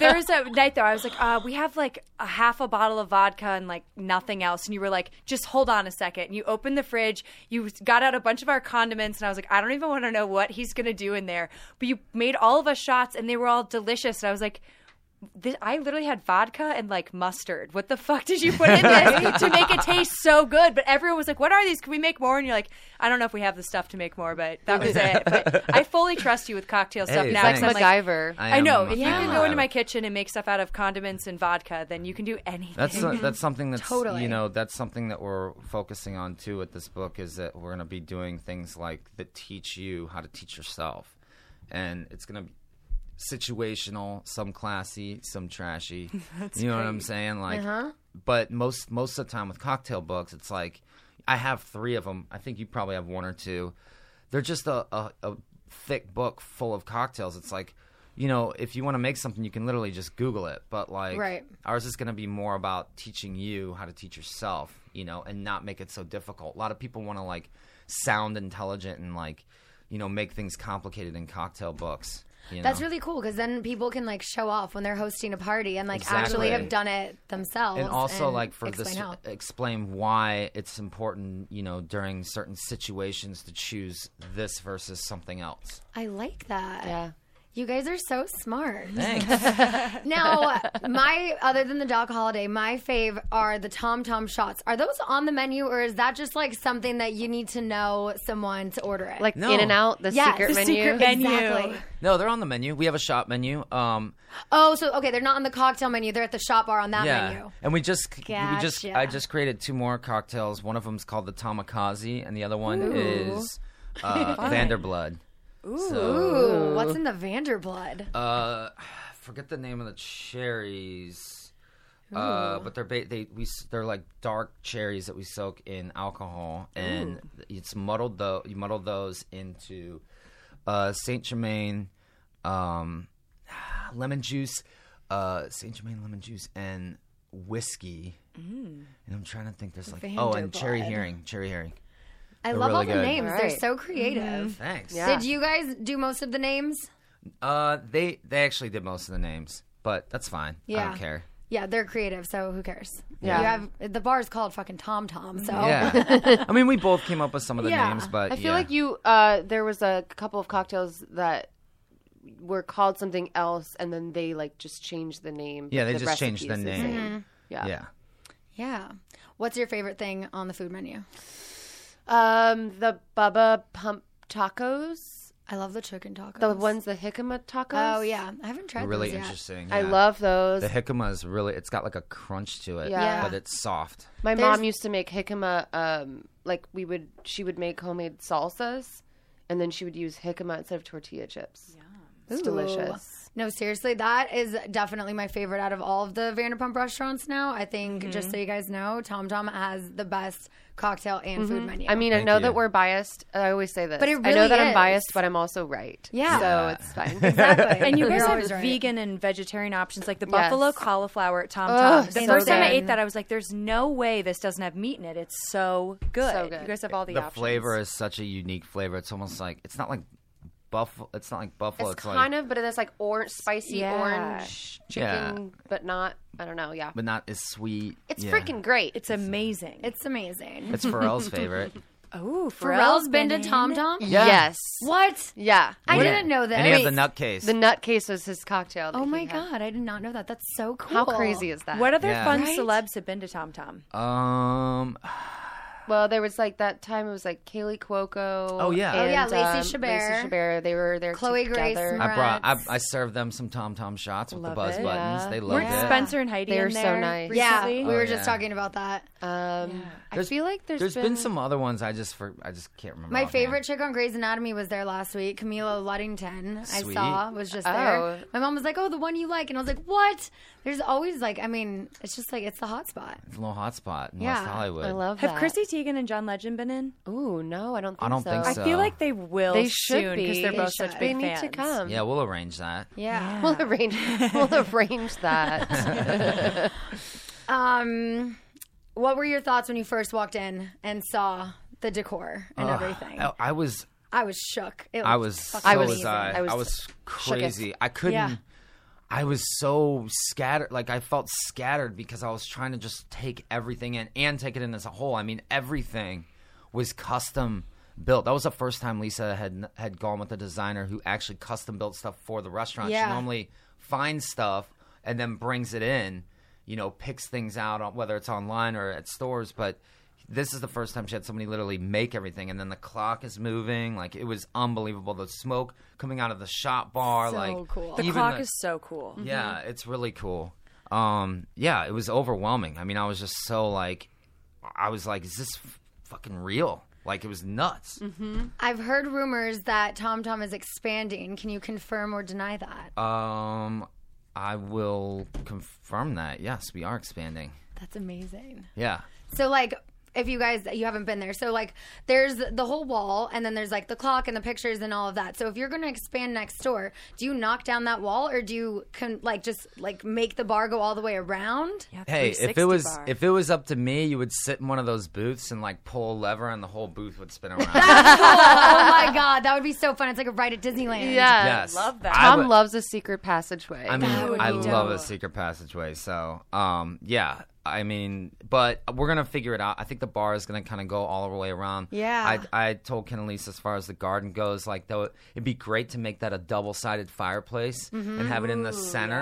there was a night though. I was like, uh, we have like a half a bottle of vodka and like nothing else. And you were like, just hold on a second. And you opened the fridge. You got out a bunch of our condiments, and I was like, I don't even want to know what he's gonna do in there. But you made all of us shots, and they were all delicious. And I was like. This, I literally had vodka and like mustard. What the fuck did you put in this to make it taste so good? But everyone was like, "What are these? Can we make more?" And you're like, "I don't know if we have the stuff to make more, but that was it." But I fully trust you with cocktail stuff
Hey,
now.
thanks.
'cause I'm
MacGyver.
I
I,
am
know.
a
If you
fan
can
of
go into
MacGyver.
my kitchen and make stuff out of condiments and vodka, then you can do anything.
That's
Mm-hmm.
uh, that's something that's
Totally.
you know that's something that we're focusing on too with this book is that we're going to be doing things like that teach you how to teach yourself, and it's going to be situational, some classy, some trashy.
That's
you know what I'm
great.
saying? Like,
Uh-huh.
but most most of the time with cocktail books, it's like I have three of them. I think you probably have one or two. They're just a, a, a thick book full of cocktails. It's like, you know, if you want to make something, you can literally just Google it. But like,
Right.
ours is going to be more about teaching you how to teach yourself, you know, and not make it so difficult. A lot of people want to like sound intelligent and like, you know, make things complicated in cocktail books. You
That's
know?
really cool because then people can like show off when they're hosting a party and like actually
Exactly.
have done it themselves.
and also like for
explain
this
how.
explain why it's important you know during certain situations to choose this versus something else
I like that. Yeah. You guys are so smart.
Thanks.
now, my other than the dog holiday, my fave are the Tom Tom shots. Are those on the menu, or is that just like something that you need to know someone to order it?
Like In and Out, the
Yes,
secret
the
menu.
secret menu. Exactly.
no they're on the menu we have a shop menu um
Oh, so okay, they're not on the cocktail menu. They're at the shot bar on that
yeah
menu.
and we just we just
Gotcha.
i just created two more cocktails one of them's called the tamakaze and the other one
Ooh.
is uh,
Fun.
vanderblood
Ooh,
So-
what's in the Vanderblood?
Uh, forget the name of the cherries. Uh,
Ooh.
but they're ba- they we s- they're like dark cherries that we soak in alcohol, and it's muddled though you muddle those into uh, Saint Germain um, lemon juice, uh, Saint Germain lemon juice, and whiskey. And I'm trying to think. There's like oh, and cherry
Vanderblood.
herring, cherry herring.
I
They're
love all
really
the
good. Mm-hmm.
names. They're
Alright.
so creative.
Thanks.
Did you guys do most of the names?
Uh, they they actually did most of the names, but that's fine. I
Yeah.
don't care.
Yeah, they're creative, so who cares?
Yeah.
You have the bar's called fucking Tom Tom, so
Yeah. I mean, we both came up with some of the names, but
I feel
yeah.
like you. Uh, there was a couple of cocktails that were called something else, and then they like just changed the name.
Yeah,
but
they
the
just changed the
recipe's
name.
same.
Mhm.
Yeah.
yeah.
Yeah. What's your favorite thing on the food menu?
Um, the Bubba Pump tacos.
I love the chicken tacos.
The ones the jicama tacos.
Oh yeah, I haven't tried.
They're really
those yet.
interesting.
I
yeah.
love those.
The jicama is really, it's got like a crunch to it,
Yeah.
but it's soft.
My
There's-
mom used to make jicama. Um, like we would, she would make homemade salsas, and then she would use jicama instead of tortilla chips. It's
Ooh.
delicious.
No, seriously, that is definitely my favorite out of all of the Vanderpump restaurants now. I think just
Mm-hmm.
so you guys know, Tom Tom has the best cocktail and food
Mhm.
menu.
I mean, I
Thank
know
you.
that we're biased. I always say this,
But it
I know
really
that
is.
I'm biased, but I'm also right.
Yeah.
so it's fine.
Exactly. and you
You're
guys
always
have
right.
vegan and vegetarian options, like the
Yes.
buffalo cauliflower at Tom
Ugh,
Tom. The
so
first time I
good.
ate that, I was like, "There's no way this doesn't have meat in it. It's so good.
So good.
You guys have all the, options."
flavor is such a unique flavor. It's almost like, it's not like buffalo, it's not like buffalo.
It's
It's,
kind
like,
of, but it's like orange, spicy
Yeah.
orange
Yeah.
chicken, but not. I don't know. Yeah,
but not as sweet.
it's
yeah.
freaking great.
It's amazing.
It's amazing.
It's Pharrell's favorite.
Oh,
Pharrell's been to Tom Tom.
Yeah. Yes.
What?
Yeah,
I
Yeah.
didn't know that.
And he had the nutcase.
The nutcase was his cocktail. that
Oh
he
my
had.
god, I did not know that. That's so cool.
How crazy is that?
What other
Yeah. Uh,
fun
Right?
celebs have been to Tom Tom?
um,
Well, there was like that time. It was like Kaylee Cuoco.
Oh, yeah.
Oh, yeah,
and,
Lacey
um,
Chabert.
Lacey Chabert. They were there.
Chloe Grace
together.
I brought, I, I served them some Tom Tom shots with the buzz
it.
buttons.
Yeah.
They loved
Weren't
it.
Spencer and Heidi
They were
in
so
there
nice.
Yeah,
recently?
we
Oh,
were just
yeah.
talking about that.
Um, I
There's-
feel like there's,
there's been some other ones I just, for, I just can't remember.
My
offhand.
favorite chick on Grey's Anatomy was there last week. Camila Luddington, I
Sweet.
saw, was just
Oh.
there. My mom was like, "Oh, the one you like," and I was like, "What?" There's always like, I mean, it's just like it's the hot spot.
It's a little hot spot in
Yeah.
West Hollywood.
I love
Have
that.
Chrissy Teigen and John Legend been in?
Ooh, no, I don't. Think
I don't
so.
think
I
so.
feel like they will
They should
because
be.
they're
They
both
should.
such
They
big
need to
fans.
come.
Yeah, we'll arrange that.
Yeah.
We'll arrange. We'll arrange that.
Um, what were your thoughts when you first walked in and saw the decor and
Ugh,
everything?
I, I was
I was shook. It
I was.
fucking
I was.
amazing.
I, I was, crazy. I couldn't.
Yeah.
I was so scattered. Like I felt scattered because I was trying to just take everything in and take it in as a whole. I mean, everything was custom built. That was the first time Lisa had had gone with a designer who actually custom built stuff for the restaurant.
Yeah.
She normally finds stuff and then brings it in. You know, picks things out on whether it's online or at stores, but this is the first time she had somebody literally make everything and then the clock is moving like it was unbelievable the smoke coming out of the shop bar
So
like
cool. The
even
clock is so cool.
yeah it's really cool um yeah it was overwhelming i mean i was just so like i was like is this f- fucking real like it was nuts
I've heard rumors that Tom Tom is expanding. Can you confirm or deny that?
um i will confirm that yes we are expanding
That's amazing.
yeah
So like if you guys you haven't been there. So like there's the whole wall and then there's like the clock and the pictures and all of that. So if you're going to expand next door, do you knock down that wall or do you con- like just like make the bar go all the way around?
Hey, if it was if it was up to me, you would sit in one of those booths and like pull a lever, and the whole booth would spin around.
oh my god, that would be so fun. It's like a ride at Disneyland.
Yeah.
Yes. love that. I
Tom
would-
loves a secret passageway.
I mean, I
be
love a
dope.
secret passageway. So, um, yeah, I mean, but we're gonna figure it out. I think the bar is gonna kind of go all the way around.
Yeah.
I, I told Ken and Lisa as far as the garden goes, like though it'd be great to make that a double-sided fireplace
Mhm.
and have it in
Ooh,
the center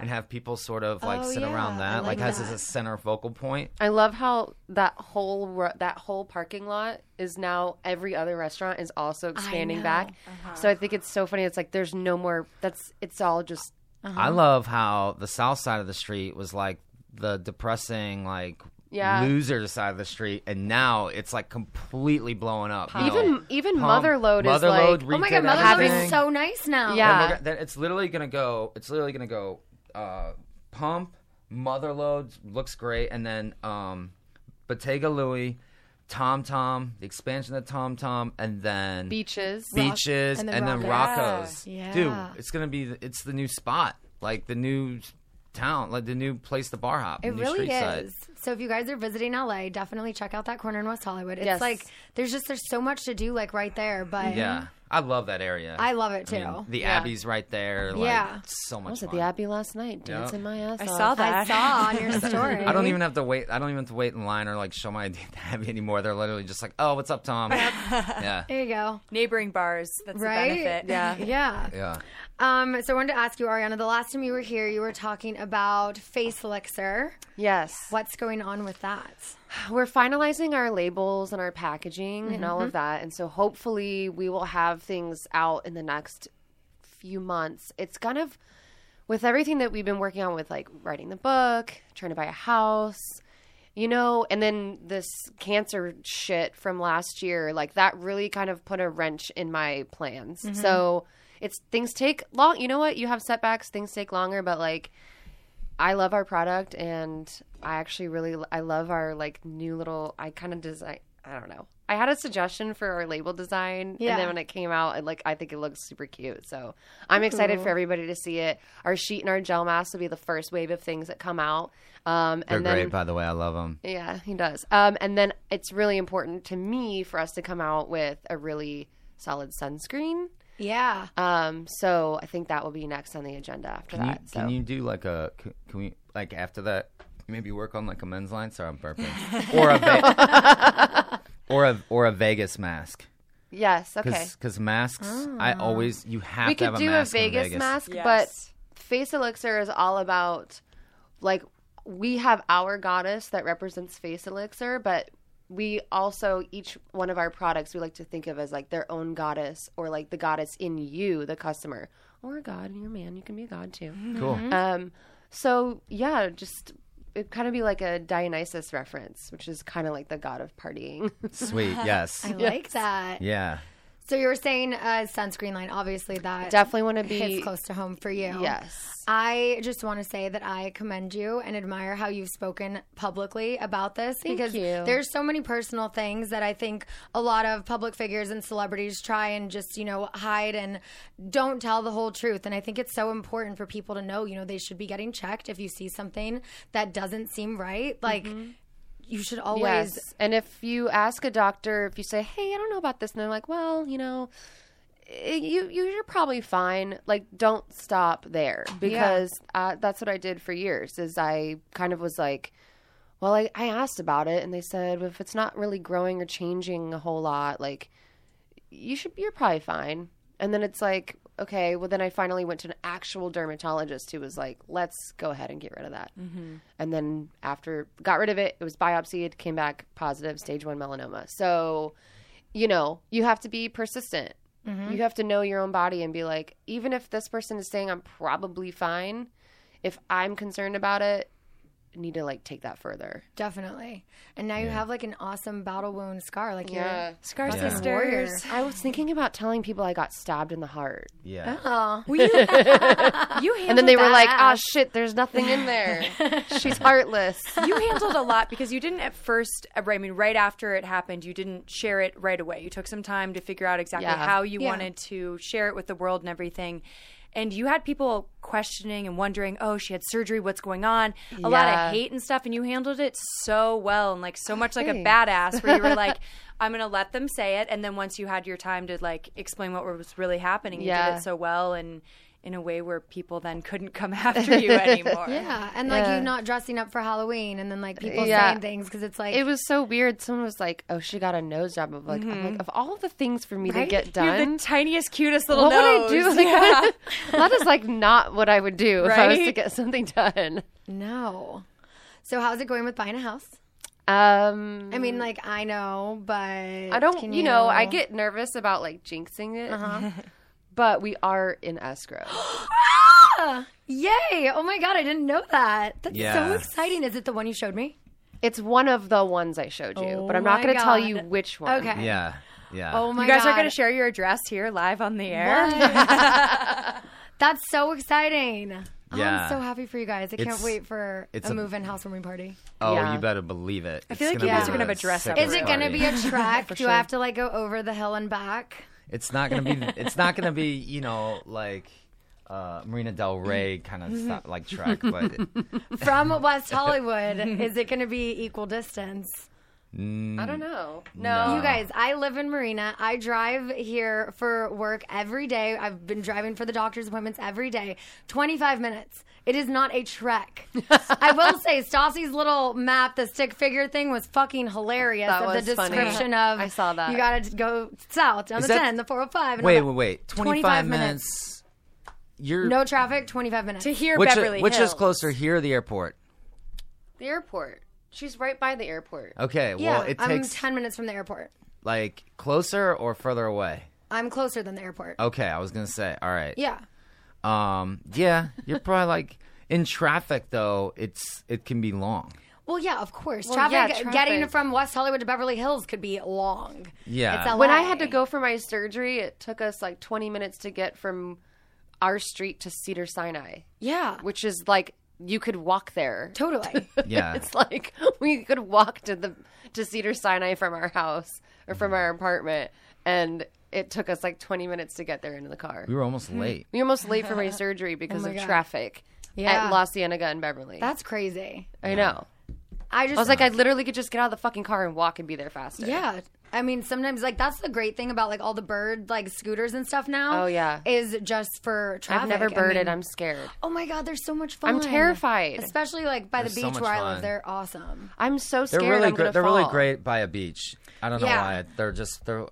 and have people sort of like
Oh,
sit around
yeah, I
that, like
like
has as
that.
a center focal point.
I love how that whole ro- that whole parking lot is now every other restaurant is also expanding
know.
back. So I think it's so funny. It's like there's no more. That's it's all just.
I love how the south side of the street was like the depressing, like
Yeah.
loser side of the street, and now it's like completely blowing up. you know?
Even even
Pump.
Motherload is
Motherlode
like
redid
Oh my god,
everything.
Mother is so nice now.
And we're gonna- then it's literally gonna go. It's literally gonna go. Uh, pump Motherload looks great, and then um, Bottega Louie, Tom Tom, the expansion of Tom Tom, and then
Beaches.
beaches,
And
and
then
then,
Rocco's.
Rocco's.
Yeah. Yeah.
Dude, it's gonna be. It's the new spot, like the new town, like the new place to bar hop.
It
the new
really
street side.
is. So if you guys are visiting LA, definitely check out that corner in West Hollywood. It's
Yes.
like there's just there's so much to do like right there, but
Yeah, I love that area.
I love it,
mean,
too.
the
Yeah.
Abbey's right there. Like,
Yeah.
so
I
much.
was at
fun.
the Abbey last night
Yeah.
dancing my ass
I
off.
saw that. I saw on your story.
I don't even have to wait. I don't even have to wait in line or like show my ID to Abby anymore. They're literally just like, "Oh, what's up, Tom?" yeah,
There you go.
Neighboring bars. That's
Right?
the benefit.
Yeah. Yeah.
yeah.
Um, so I wanted to ask you, Ariana, the last time you were here, you were talking about face elixir.
Yes.
What's going on with that?
We're finalizing our labels and our packaging and all
Mhm.
of that. And so hopefully we will have things out in the next few months. It's kind of with everything that we've been working on with like writing the book, trying to buy a house, you know, and then this cancer shit from last year, like that really kind of put a wrench in my plans.
Mhm.
So it's things take long. You know what? You have setbacks, things take longer, but like I love our product and I actually really I love our like new little I kind of design I don't know. I had a suggestion for our label design
Yeah.
and then when it came out I like I think it looks super cute. So I'm excited
Ooh.
for everybody to see it. Our sheet and our gel mask will be the first wave of things that come out. Um
They're
and then
great, by the way. I love them.
yeah, he does. Um, and then it's really important to me for us to come out with a really solid sunscreen.
Yeah.
Um, so I think that will be next on the agenda after
Can you,
that. so
can you do like a? Can, can we like after that? Maybe work on like a men's line. Sorry, I'm burping. or a Ve- or a or a Vegas mask.
yes, okay.
Because masks, I
Ah.
always you have
we
to
could
have a
do
mask in
Vegas,
Vegas.
mask, but Face Elixir is all about like we have our goddess that represents Face Elixir, but we also each one of our products we like to think of as like their own goddess or like the goddess in you, the customer, or a god in your man. You can be a god too.
Cool. Mhm.
Um, so yeah, just. It kind of be like a Dionysus reference, which is kind of like the god of partying.
Sweet, yes.
I like that.
Yeah.
So you were saying uh, sunscreen line. Obviously, that
Definitely wanna be-
hits close to home for you.
Yes.
I just want to say that I commend you and admire how you've spoken publicly about this
Thank
because
you.
there's so many personal things that I think a lot of public figures and celebrities try and just you know hide and don't tell the whole truth. And I think it's so important for people
Mm-hmm.
to know. You know, they should be getting checked if you see something that doesn't seem right. Like you should always
Yes. And if you ask a doctor, if you say, "Hey, I don't know about this," and they're like, "Well, you know, i you you- you're probably fine." Like, don't stop there because uh, that's what I did for years. Is I kind of was like, "Well, I, I asked about it," and they said, "If it's not really growing or changing a whole lot, like, you should you're probably fine." And then it's like. Okay, well then I finally went to an actual dermatologist who was like, "Let's go ahead and get rid of that."
Mhm.
and then after got rid of it it was biopsied came back positive stage one melanoma so you know you have to be persistent
Mhm.
you have to know your own body and be like even if this person is saying i'm probably fine if i'm concerned about it I need to like take that further
definitely. And now you have like an awesome battle wound scar, like
Yeah.
your
Scar
fucking
sisters.
warrior.
i was thinking about telling people i got stabbed in the heart
Yeah.
Oh,
you, and then they were
handled
like
that
oh
ass."
shit there's nothing in there she's heartless
you handled a lot because you didn't at first uh, i mean right after it happened you didn't share it right away you took some time to figure out exactly
Yeah.
how you
Yeah.
wanted to share it with the world and everything and you had people questioning and wondering oh she had surgery what's going on a lot
Yeah.
of hate and stuff and you handled it so well and like so much like a
Thanks.
badass where you were like i'm gonna let them say it and then once you had your time to like explain what was really happening you
Yeah.
did it so well and in a way where people then couldn't come after you anymore
Yeah, Uh, and like
Yeah.
you not dressing up for Halloween, and then like people
Yeah.
saying things because it's like
it was so weird. Someone was like, "Oh, she got a nose job." Of like, I'm like, of all the things for me
Right?
to get
You have the
done,
tiniest, cutest little
what
nose.
would I do? Like,
Yeah.
that is like not what I would do if I was to
Right?
get something done.
no. So how's it going with buying a house?
Um,
I mean, like I know, but
I don't. You, know, I get nervous about like jinxing it,
Uh-huh.
but we are in escrow.
Ah! Yay! Oh my god, I didn't know that. That's so
Yeah.
exciting. Is it the one you showed me?
it's one of the ones I showed you, but I'm
my
not going to tell
God.
you which one.
Okay.
Yeah. Yeah.
Oh my
you guys are
God.
going to share your address here live on the air.
What? That's so exciting. Oh, I'm
Yeah.
so happy for you guys. I can't
It's-
wait for
it's
a
a-
move-in housewarming party.
Oh, you better believe it.
I feel like
It's
you
gonna
guys
be
are gonna have a dress up
sickest
Is it going to
party.
be a track?
For
Do I have
sure.
to like go over the hill and back?
It's not gonna be. It's not gonna be. You know, like uh, Marina Del Rey kind of stuff, like track, but
From West Hollywood, is it going to be equal distance?
Mm,
know.
No.
You guys, I live in Marina. I drive here for work every day. I've been driving for the doctor's appointments every day. 25 minutes. It is not a trek. I will say, Stassi's little map, the stick figure thing, was fucking hilarious.
That
of the
was funny.
description of. I saw
that.
You gotta go south down
Is
the
that-
10, the 405. and all
Wait,
that.
wait, wait. 25, minutes. You're
No traffic, 25 minutes. To
hear
which, which is closer here or the airport?
The airport. She's right by the airport.
Okay, well, it
I'm
takes
10 minutes from the airport.
like closer or further away.
I'm closer than the airport.
Okay, I was gonna say. All right.
Yeah.
Um. Yeah, you're probably like in traffic though. It's it can be long.
Well, yeah, of course.
Well,
traffic,
yeah,
getting
traffic.
from West Hollywood to Beverly Hills could be long.
Yeah.
It's a
when
lie.
I had to go for my surgery, it took us like 20 minutes to get from our street to Cedar Sinai.
Yeah.
Which is like you could walk there.
Totally.
Yeah.
it's like we could walk to the to Cedar Sinai from our house or
Mm-hmm.
from our apartment and it took us like 20 minutes to get there into the car.
We were almost late.
We were almost late for my surgery because
Hmm. Oh my
of
God.
traffic
Yeah.
at La Cienega and Beverly.
That's crazy.
I know.
I
I
just
was like I literally could just get out of the fucking car and walk and be there faster.
Yeah. I mean, sometimes like that's the great thing about like all the bird like scooters and stuff now.
Oh, yeah.
is just for traffic.
I've never
I
birded.
mean-
I'm scared.
Oh my god, there's so much fun.
I'm terrified.
especially like by the
They're so
beach
much
where I
fun.
live. They're awesome.
I'm so
They're
scared.
really
I'm gonna
great. They're
fall.
really great by a beach. I don't know
Yeah.
why. They're just they're.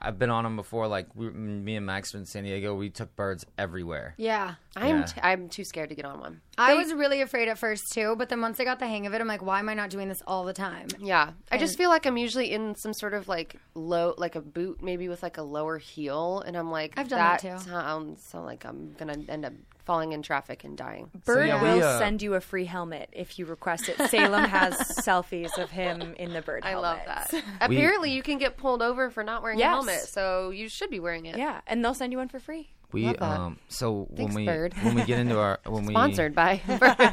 I've been on them before. Like we, me and Max in San Diego, we took birds everywhere.
Yeah.
I'm
Yeah.
t- I'm too scared to get on one.
I was really afraid at first too, but then once I got the hang of it, I'm like, why am I not doing this all the time?
Yeah, I just feel like I'm usually in some sort of like low, like a boot, maybe with like a lower heel, and I'm like,
I've done that too.
Sounds sound like I'm gonna end up falling in traffic and dying.
Bird
yeah, we,
will
uh,
send you a free helmet if you request it. Salem has selfies of him in the bird.
I love that.
We-
Apparently, you can get pulled over for not wearing
Yes.
a helmet, so you should be wearing it.
Yeah, and they'll send you one for free.
We um so
Thanks,
when we
Bird.
when we get into our when we
Sponsored by.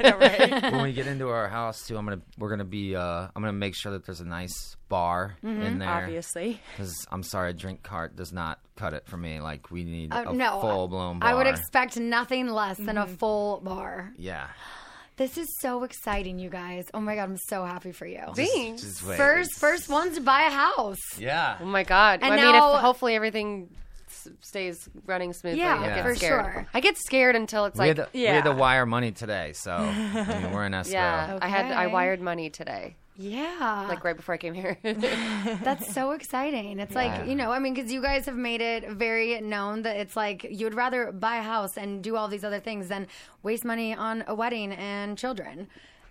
when we get into our house too, I'm gonna we're gonna be uh I'm gonna make sure that there's a nice bar in
Mhm.
there.
Obviously.
because I'm sorry, a drink cart does not cut it for me. Like we need
Uh,
a
no,
full blown bar.
Mm-hmm.
I would expect nothing less than a full bar.
Yeah.
This is so exciting, you guys. Oh my god, I'm so happy for you.
Just- Thanks. just wait.
First first ones to buy a house.
Yeah.
Oh my God.
And
I mean,
now-
if hopefully everything s- stays running smoothly.
Yeah,
I get
for
scared.
sure.
I get scared until it's
we, had
like,
to, we had to wire money today, so I mean, we're in escrow.
yeah. I had I
Okay. Ah.
wired money today.
Yeah.
Like right before I came here.
That's so exciting. It's like,
Yeah.
you know, I mean, because you guys have made it very known that it's like you would rather buy a house and do all these other things than waste money on a wedding and children.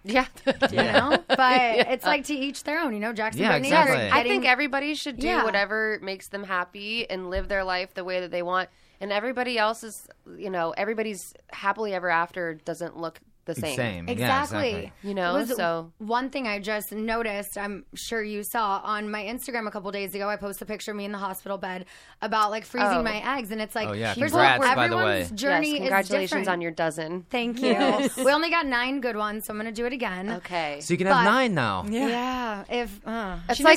Yeah.
You know? But it's like to each their own, you know, Jackson
Yeah,
Brittany
exactly.
are
I
I think
getting-
everybody should do
Yeah.
whatever makes them happy and live their life the way that they want. And everybody else is, you know, everybody's happily ever after doesn't look the same.
Same. Yeah,
Exactly.
exactly.
You know,
It was
so-
one thing I just noticed, I'm sure you saw on my Instagram a couple days ago, I posted a picture of me in the hospital bed about like freezing
Oh.
my eggs, and it's like,
Oh, yeah,
here's
congrats,
what
by the way.
everyone's
Yes,
journey is
congratulations
different.
on your dozen.
Thank you. we only got nine good ones, so I'm gonna do it again. Okay.
So you can have nine now.
Yeah. if uh,
It's like-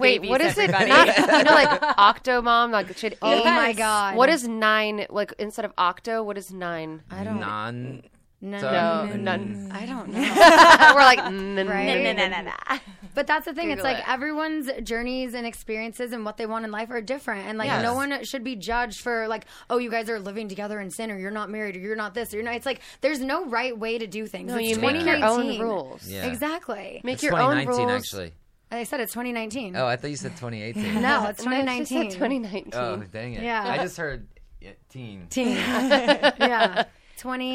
Wait, what is it? Not, you know, like octo mom, like should
Oh
eight-
my God.
What is nine? Like instead of octo, what is nine? I
Non.
No,
So-
No, none.
I don't know.
We're like, mm,
Right?
nah, nah, nah, nah,
But that's the thing.
Google
it's like
it.
everyone's journeys and experiences and what they want in life are different. And like
Yes.
no one should be judged for like, oh, you guys are living together in sin, or you're not married, or you're not this, or you're not. It's like there's no right way to do things.
No,
It's
you make your
2019.
own rules.
Yeah.
Exactly.
Make
It's
your own
2019,
rules.
actually.
I said it's 2019.
Oh, I thought you said 2018.
No, it's
No, she said
2019.
2019.
Oh, dang it.
Yeah.
I just heard yeah, teen.
Teen. yeah.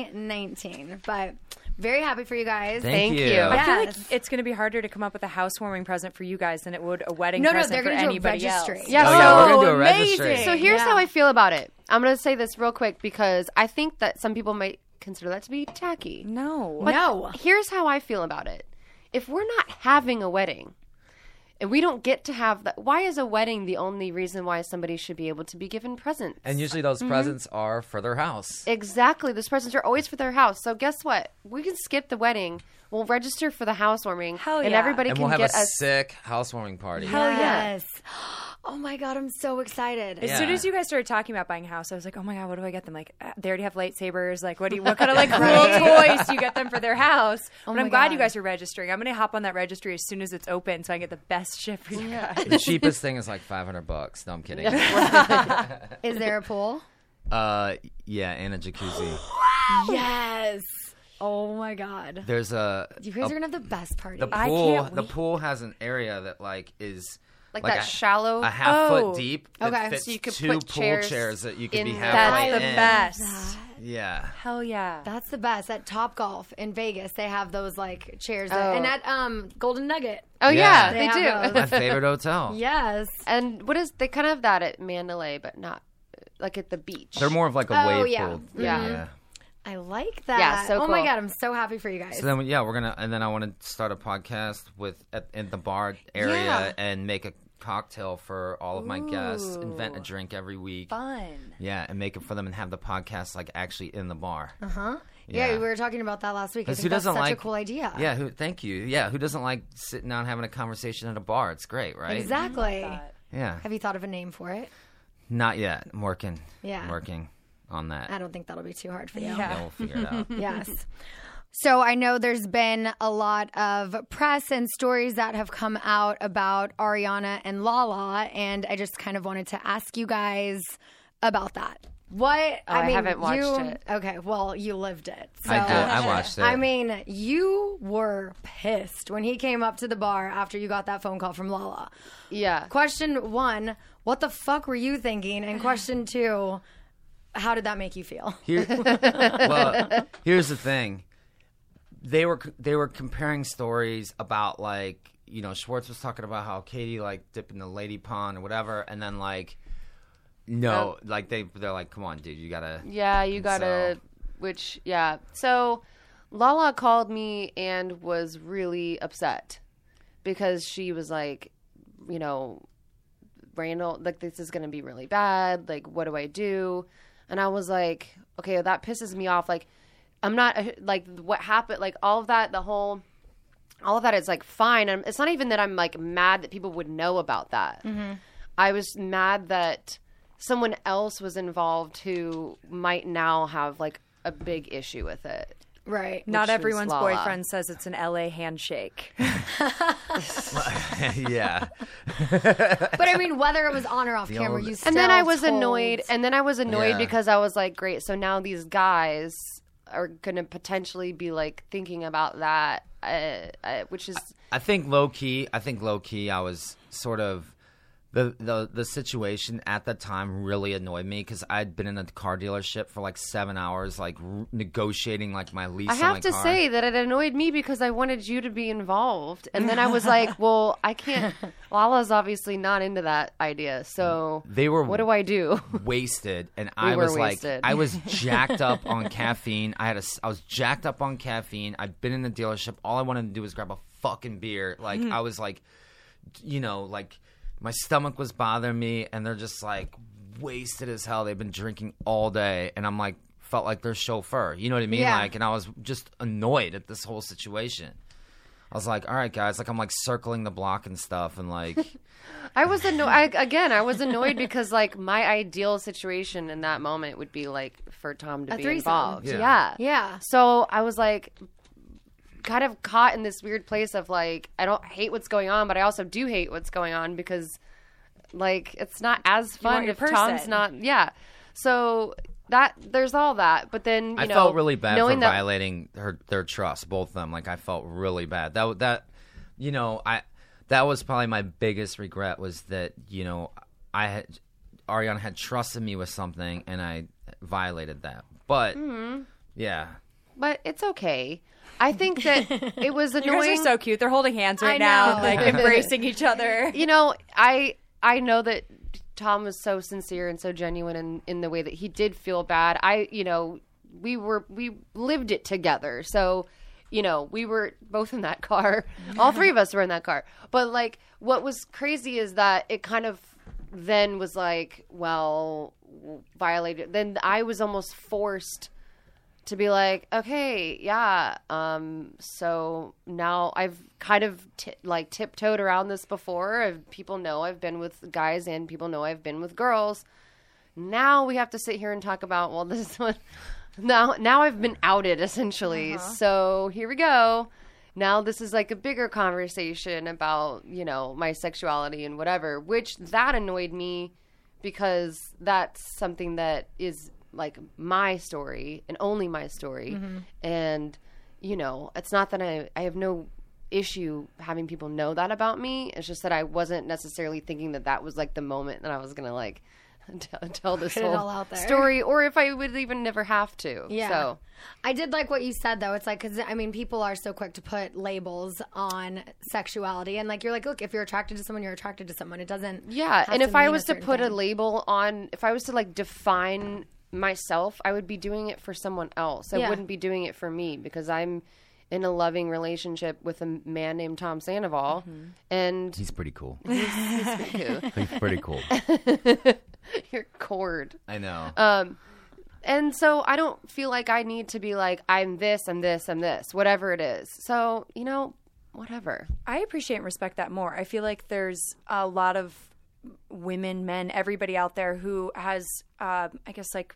2019. But very happy for you guys.
Thank Thank you. you.
I feel like
Yes.
it's going to be harder to come up with a housewarming present for you guys than it would a wedding
No, no,
present
they're
for
gonna do a
anybody
registry.
else.
Yeah,
Oh, yeah, we're gonna do a
amazing.
registry.
So here's
Yeah.
how I feel about it. I'm going to say this real quick because I think that some people might consider that to be tacky.
No.
But
No.
Here's how I feel about it. If we're not having a wedding and we don't get to have that, why is a wedding the only reason why somebody should be able to be given presents?
And usually those
Mhm.
presents are for their house.
Exactly. Those presents are always for their house. So guess what? We can skip the wedding. We'll register for the housewarming. Hell And
yeah.
everybody
and
can
we'll have
get
a
us.
sick housewarming party.
yes. Oh my God, I'm so excited.
As soon
Yeah.
as you guys started talking about buying a house, I was like, "Oh my god, what do I get them? Like, uh, they already have lightsabers. Like, what do you, what kind of like cool
Right.
toys do you get them for their house?"
Oh
but I'm
my
glad
God.
you guys are registering. I'm gonna hop on that registry as soon as it's open, so I get the best shit for you guys.
The cheapest thing is like 500 bucks. No, I'm kidding.
Is there a pool?
uh, yeah, and a jacuzzi.
Yes. Oh my God.
There's a
You guys
a-
are gonna have the best party.
the pool. The pool has an area that like is
Like that shallow-
a half
Oh.
foot deep. that
Okay.
fits
So you could
two
put
pool
chairs
chairs, that you could be
in there.
halfway
That's the
in.
best.
Yeah.
Hell yeah.
That's the best. At Top Golf in Vegas, they have those like chairs. that-
Oh.
and at um Golden Nugget.
Oh yeah,
They
they,
have
do.
My favorite hotel.
Yes.
And what is they kind of have that at Mandalay, but not uh, like at the beach.
They're more of like a
Oh,
wave
yeah.
pool. thing,
Yeah.
yeah.
I like that.
Yeah, so
oh my
cool.
God, I'm so happy for you guys.
So then, yeah, we're gonna, and then I want to start a podcast with at, in the bar area
Yeah.
and make a cocktail for all of my guests. Invent a
Ooh.
drink every week.
Fun.
Yeah, and make it for them and have the podcast like actually in the bar.
Uh huh. Yeah.
Yeah.
we were talking about that last week. I
Because
think
who
that's
doesn't
such
like
a cool idea.
Yeah, who, thank you. Yeah, who doesn't like sitting down having a conversation at a bar? It's great, right?
Exactly.
Yeah.
Have you thought of a name for it?
Not yet. I'm working.
Yeah.
Working on that.
I don't think that'll be too hard for you.
Yeah. Yeah, we'll figure it out.
yes. So I know there's been a lot of press and stories that have come out about Ariana and Lala, and I just kind of wanted to ask you guys about that. What
Oh, I haven't watched
you-
it.
Okay, well, you lived it.
I
so-
did. I watched it.
I mean, you were pissed when he came up to the bar after you got that phone call from Lala.
Yeah.
Question one, what the fuck were you thinking? And question two, how did that make you feel?
Here, well, here's the thing. They were they were comparing stories about like you know Schwartz was talking about how Katie like dipped in the lady pond or whatever, and then like no, like they they're like, come on, dude, you gotta
Yeah, you
and so-
gotta. Which yeah. So Lala called me and was really upset because she was like, you know, Randall, like this is gonna be really bad. Like, what do I do? And I was like, okay, that pisses me off. Like, I'm not like what happened. Like all of that, the whole. All of that is like fine. And it's not even that I'm like mad that people would know about that. I was mad that someone else was involved who might now have like a big issue with it.
Right.
Not
Which is
everyone's
Lala.
boyfriend says it's an LA handshake.
yeah.
But I mean, whether it was on or off
The
camera,
old-
you still
and then I was
told-
annoyed. And then I was annoyed
Yeah.
because I was like, great. So now these guys are going to potentially be like thinking about that, uh, uh, which is
I think low key. I think low key. I was sort of the the the situation at that time really annoyed me because I'd been in a car dealership for like seven hours, like r- negotiating like my lease.
I
on
have
my
to
car.
say that it annoyed me because I wanted you to be involved. And then I was like, well, I can't. Lala's obviously not into that idea. So
They were
What do I do?
wasted, and
We
I
were
was like,
wasted.
I was jacked up on caffeine. I had a, s- I was jacked up on caffeine. I'd been in the dealership. All I wanted to do was grab a fucking beer. Like
Mhm.
I was like, you know, like my stomach was bothering me, and they're just like wasted as hell. They've been drinking all day, and I'm like, felt like their chauffeur. You know what I mean?
Yeah.
Like, and I was just annoyed at this whole situation. I was like, all right, guys. Like I'm like circling the block and stuff, and like.
I was annoyed. I, again, I was annoyed because like my ideal situation in that moment would be like for Tom to
A
be
threesome.
involved.
Yeah.
Yeah. yeah. So I was like kind of caught in this weird place of like I don't hate what's going on, but I also do hate what's going on because like it's not as fun
want your
if Tom's
person.
not yeah. So that there's all that, but then you
I
know,
felt really bad for
knowing that
violating her their trust, both of them. Like I felt really bad. That that you know, I that was probably my biggest regret was that, you know, I had Ariana had trusted me with something and I violated that. But
Mhm.
yeah.
but it's okay. I think that it was
You guys
annoying.
are so cute. They're holding hands right
I
now,
know.
like embracing each other.
You know, I I know that Tom was so sincere and so genuine in, in the way that he did feel bad. I you know, we were we lived it together. So, you know, we were both in that car. All three of us were in that car. But like what was crazy is that it kind of then was like, well, violated. Then I was almost forced to be like, okay, yeah. Um, so now I've kind of ti like tiptoed around this before. I've, people know I've been with guys, and people know I've been with girls. Now we have to sit here and talk about well, this one. Now, now I've been outed essentially.
Uh-huh.
So here we go. Now this is like a bigger conversation about you know my sexuality and whatever, which that annoyed me because that's something that is like my story and only my story
Mhm.
and you know it's not that I, I have no issue having people know that about me it's just that i wasn't necessarily thinking that that was like the moment that i was gonna like tell, tell this
Put it
whole
all out there.
story or if i would even never have to
Yeah.
so
I did like what you said though. It's like because I mean, people are so quick to put labels on sexuality, and like you're like, look, if you're attracted to someone, you're attracted to someone. It doesn't.
yeah
have
and
to
if i
mean
was to
certain
put a
thing.
label on if i was to like define myself i would be doing it for someone else i
Yeah.
wouldn't be doing it for me because i'm in a loving relationship with a man named tom sandoval
Mm-hmm.
and
He's pretty cool.
He's- he's pretty cool.
He's pretty cool.
Your cord.
I know.
Um, and so I don't feel like I need to be like I'm this, I'm this, I'm this, whatever it is. So you know, whatever.
I appreciate and respect that more. I feel like there's a lot of women, men, everybody out there who has, uh, I guess, like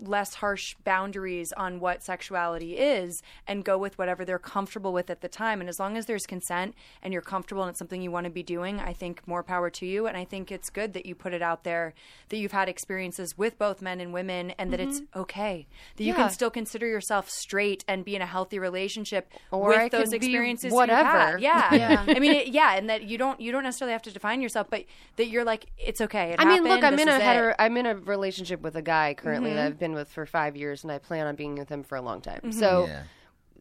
less harsh boundaries on what sexuality is and go with whatever they're comfortable with at the time. And as long as there's consent and you're comfortable and it's something you want to be doing, I think more power to you. And I think it's good that you put it out there that you've had experiences with both men and women and that it's
Mhm.
okay. That you can
Yeah.
still consider yourself straight and be in a healthy relationship
Or
with
I
those
could be
experiences you
whatever.
had. Yeah.
Yeah.
I mean, it, yeah, and that you don't you don't necessarily have to define yourself, but that you're like it's okay. It
I mean,
happened,
look, I'm
this
in
is
a
it.
heter- I'm in a relationship with a guy currently that
Mhm.
I've been with for five years, and I plan on being with him for a long time.
Mhm.
So.
Yeah.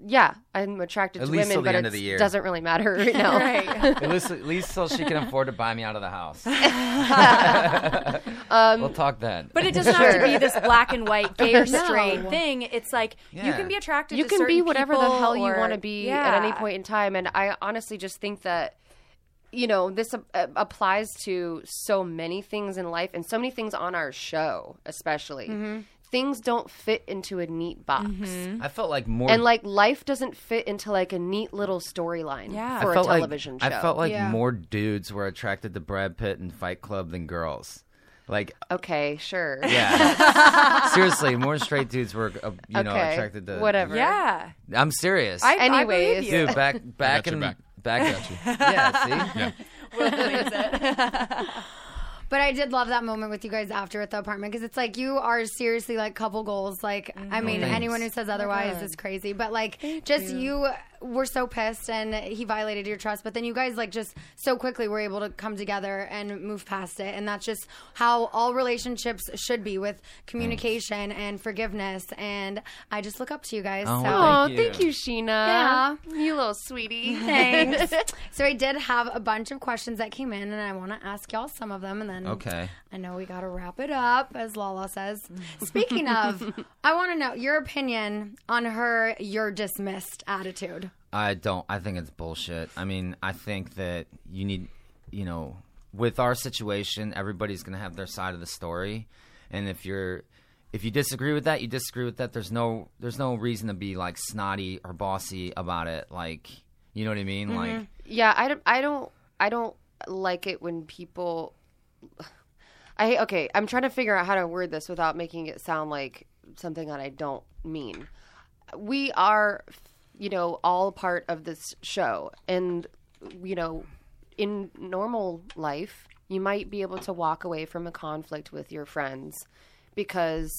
Yeah. I'm attracted
At
to
least till
women,
the
but
end of
it
the year.
doesn't really matter right now.
at least at least so she can afford to buy me out of the house. we'll talk then.
But it doesn't have to be this black and white, gay or straight
No.
thing. It's like you
Yeah.
can be attracted.
you
to
can be
certain
whatever the
people
hell you
or-
want to be at
Yeah.
any point in time and i honestly just think that you know this a- a- applies to so many things in life and so many things on our show especially
Mm-hmm.
Mhm.
things don't fit into a neat box
I felt like more
and like life doesn't fit into like a neat little storyline
Yeah.
for
I
a
felt like-
television show
I felt like more dudes were attracted to Brad Pitt and Fight Club than girls. Like,
Okay, sure.
yeah. Seriously, more straight dudes were, uh, you know,
Okay,
attracted to
whatever.
Yeah.
I'm serious.
I- I believe Anyways. you.
dude, back back
I got your
in
back.
back. yeah, see,
Will believes it. But I did love that moment with you guys after at the apartment because it's like you are seriously like couple goals. Like I mean,
Thanks.
anyone who says
my
otherwise
God.
is crazy. But like, just you. were so pissed and he violated your trust. But then you guys like just so quickly were able to come together and move past it. And that's just how all relationships should be with communication and forgiveness. And I just look up to you guys.
Oh,
so.
well, thank Oh, you. thank you, Sheena.
Yeah,
you little sweetie.
Thanks. so I did have a bunch of questions that came in, and I want to ask y'all some of them, and then
okay.
I know we got to wrap it up, as Lala says. Speaking of, I want to know your opinion on her "you're dismissed" attitude.
I don't. I think it's bullshit. I mean, I think that you need, you know, with our situation, everybody's going to have their side of the story, and if you're, if you disagree with that, you disagree with that. There's no, there's no reason to be like snotty or bossy about it. Like, you know what I mean? Like,
yeah, I don't, I don't, I don't like it when people. I okay, I'm trying to figure out how to word this without making it sound like something that I don't mean. We are, you know, all part of this show, and you know, in normal life, you might be able to walk away from a conflict with your friends because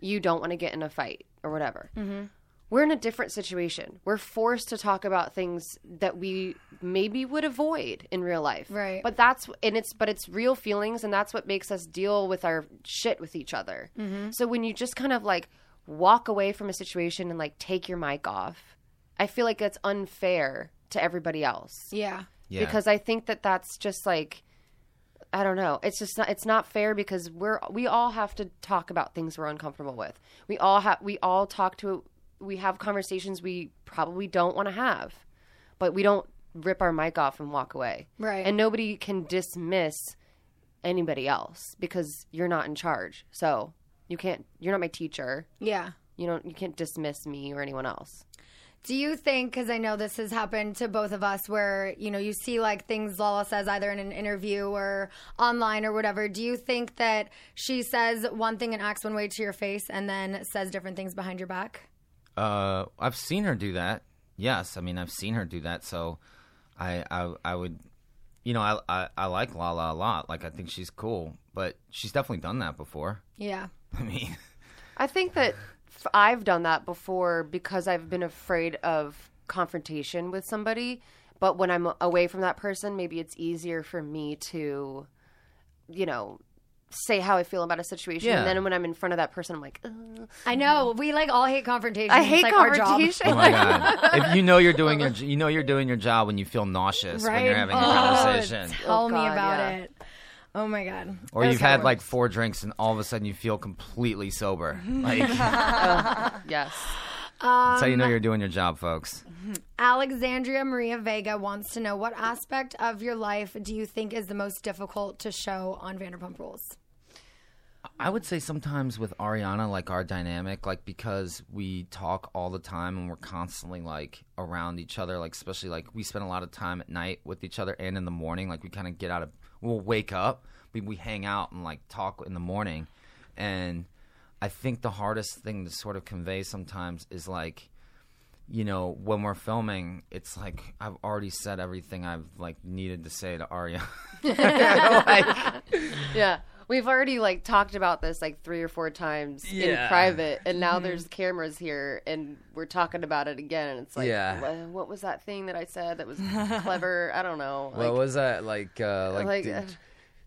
you don't want to get in a fight or whatever
Mm-hmm.
we're in a different situation. We're forced to talk about things that we maybe would avoid in real life. Right. But that's and it's but it's real feelings and that's what makes us deal with our shit with each other.
Mhm.
So when you just kind of like walk away from a situation and like take your mic off, I feel like that's unfair to everybody else.
Yeah.
Yeah. Because I think that that's just like I don't know. It's just not it's not fair because we're we all have to talk about things we're uncomfortable with. We all have we all talk to we have conversations we probably don't want to have. But we don't rip our mic off and walk away.
Right.
And nobody can dismiss anybody else because you're not in charge. So, you can't you're not my teacher.
Yeah.
You don't you can't dismiss me or anyone else.
Do you think, because I know this has happened to both of us, where, you know, you see like things Lala says either in an interview or online or whatever, do you think that she says one thing and acts one way to your face and then says different things behind your back?
uh, I've seen her do that. Yes, I mean, I've seen her do that. So, I, I, I would, you know, I, I, I like Lala a lot. Like, I think she's cool, but she's definitely done that before.
Yeah.
I mean.
I think that f- I've done that before because I've been afraid of confrontation with somebody. But when I'm away from that person, maybe it's easier for me to, you know, say how I feel about a situation.
Yeah.
And then when I'm in front of that person, I'm like, Ugh.
I know. We like all hate confrontation.
I
It's,
hate
like, our job.
confrontation.
Oh my god! if you know you're doing your, you know you're doing your job when you feel nauseous when you're having a conversation,
Tell me
Oh, God,
about
yeah.
it. Oh my god.
or you've had like four drinks and all of a sudden you feel completely sober. Like that's
yes.
how you know you're doing your job, folks.
Alexandria Maria Vega wants to know what aspect of your life do you think is the most difficult to show on Vanderpump Rules?
I would say sometimes with Ariana, like our dynamic, like because we talk all the time and we're constantly like around each other, like especially like we spend a lot of time at night with each other and in the morning. Like we kind of get out of, we'll wake up, we, we hang out and like talk in the morning. And I think the hardest thing to sort of convey sometimes is like, you know, when we're filming, it's like I've already said everything I've like needed to say to Ariana.
yeah. We've already like talked about this like three or four times in
Yeah.
private, and now
Mhm.
there's cameras here, and we're talking about it again. And it's like,
Yeah.
"Wha- what was that thing that I said that was clever? I don't know.
what was that like? Uh, like,
like,
d-
uh,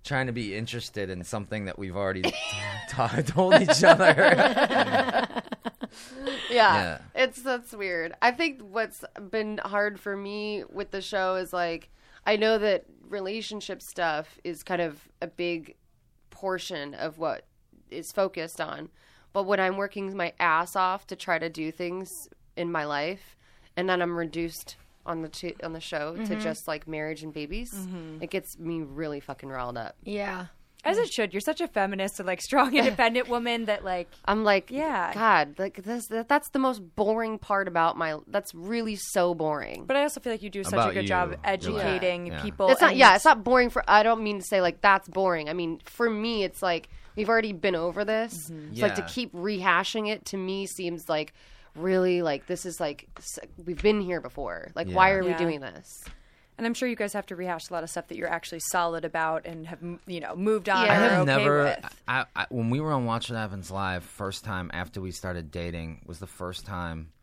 trying to be interested in something that we've already t- t- told each other.
yeah, it's that's weird. I think what's been hard for me with the show is like I know that relationship stuff is kind of a big portion of what is focused on, but when I'm working my ass off to try to do things in my life, and then I'm reduced on the t- on the show to
Mhm.
just like marriage and babies,
Mhm.
it gets me really fucking riled up.
Yeah.
As it should. You're such a feminist and like strong, independent woman that like
I'm like,
Yeah.
God, like this, that, that's the most boring part about my. That's really so boring.
But I also feel like you do such
About
a good
you.
job
You're like-
educating
Yeah.
people.
It's not.
and-
Yeah, it's not boring for. I don't mean to say like that's boring. I mean for me, it's like we've already been over this.
Mhm.
So, Like to
Yeah.
keep rehashing it to me seems like really like this is like s- we've been here before. Like why are we
Yeah.
doing this?
And I'm sure you guys have to rehash a lot of stuff that you're actually solid about and have m- you know moved on.
I
or
have
okay
never.
With.
I, I, when we were on Watch What Happens Live, first time after we started dating was the first time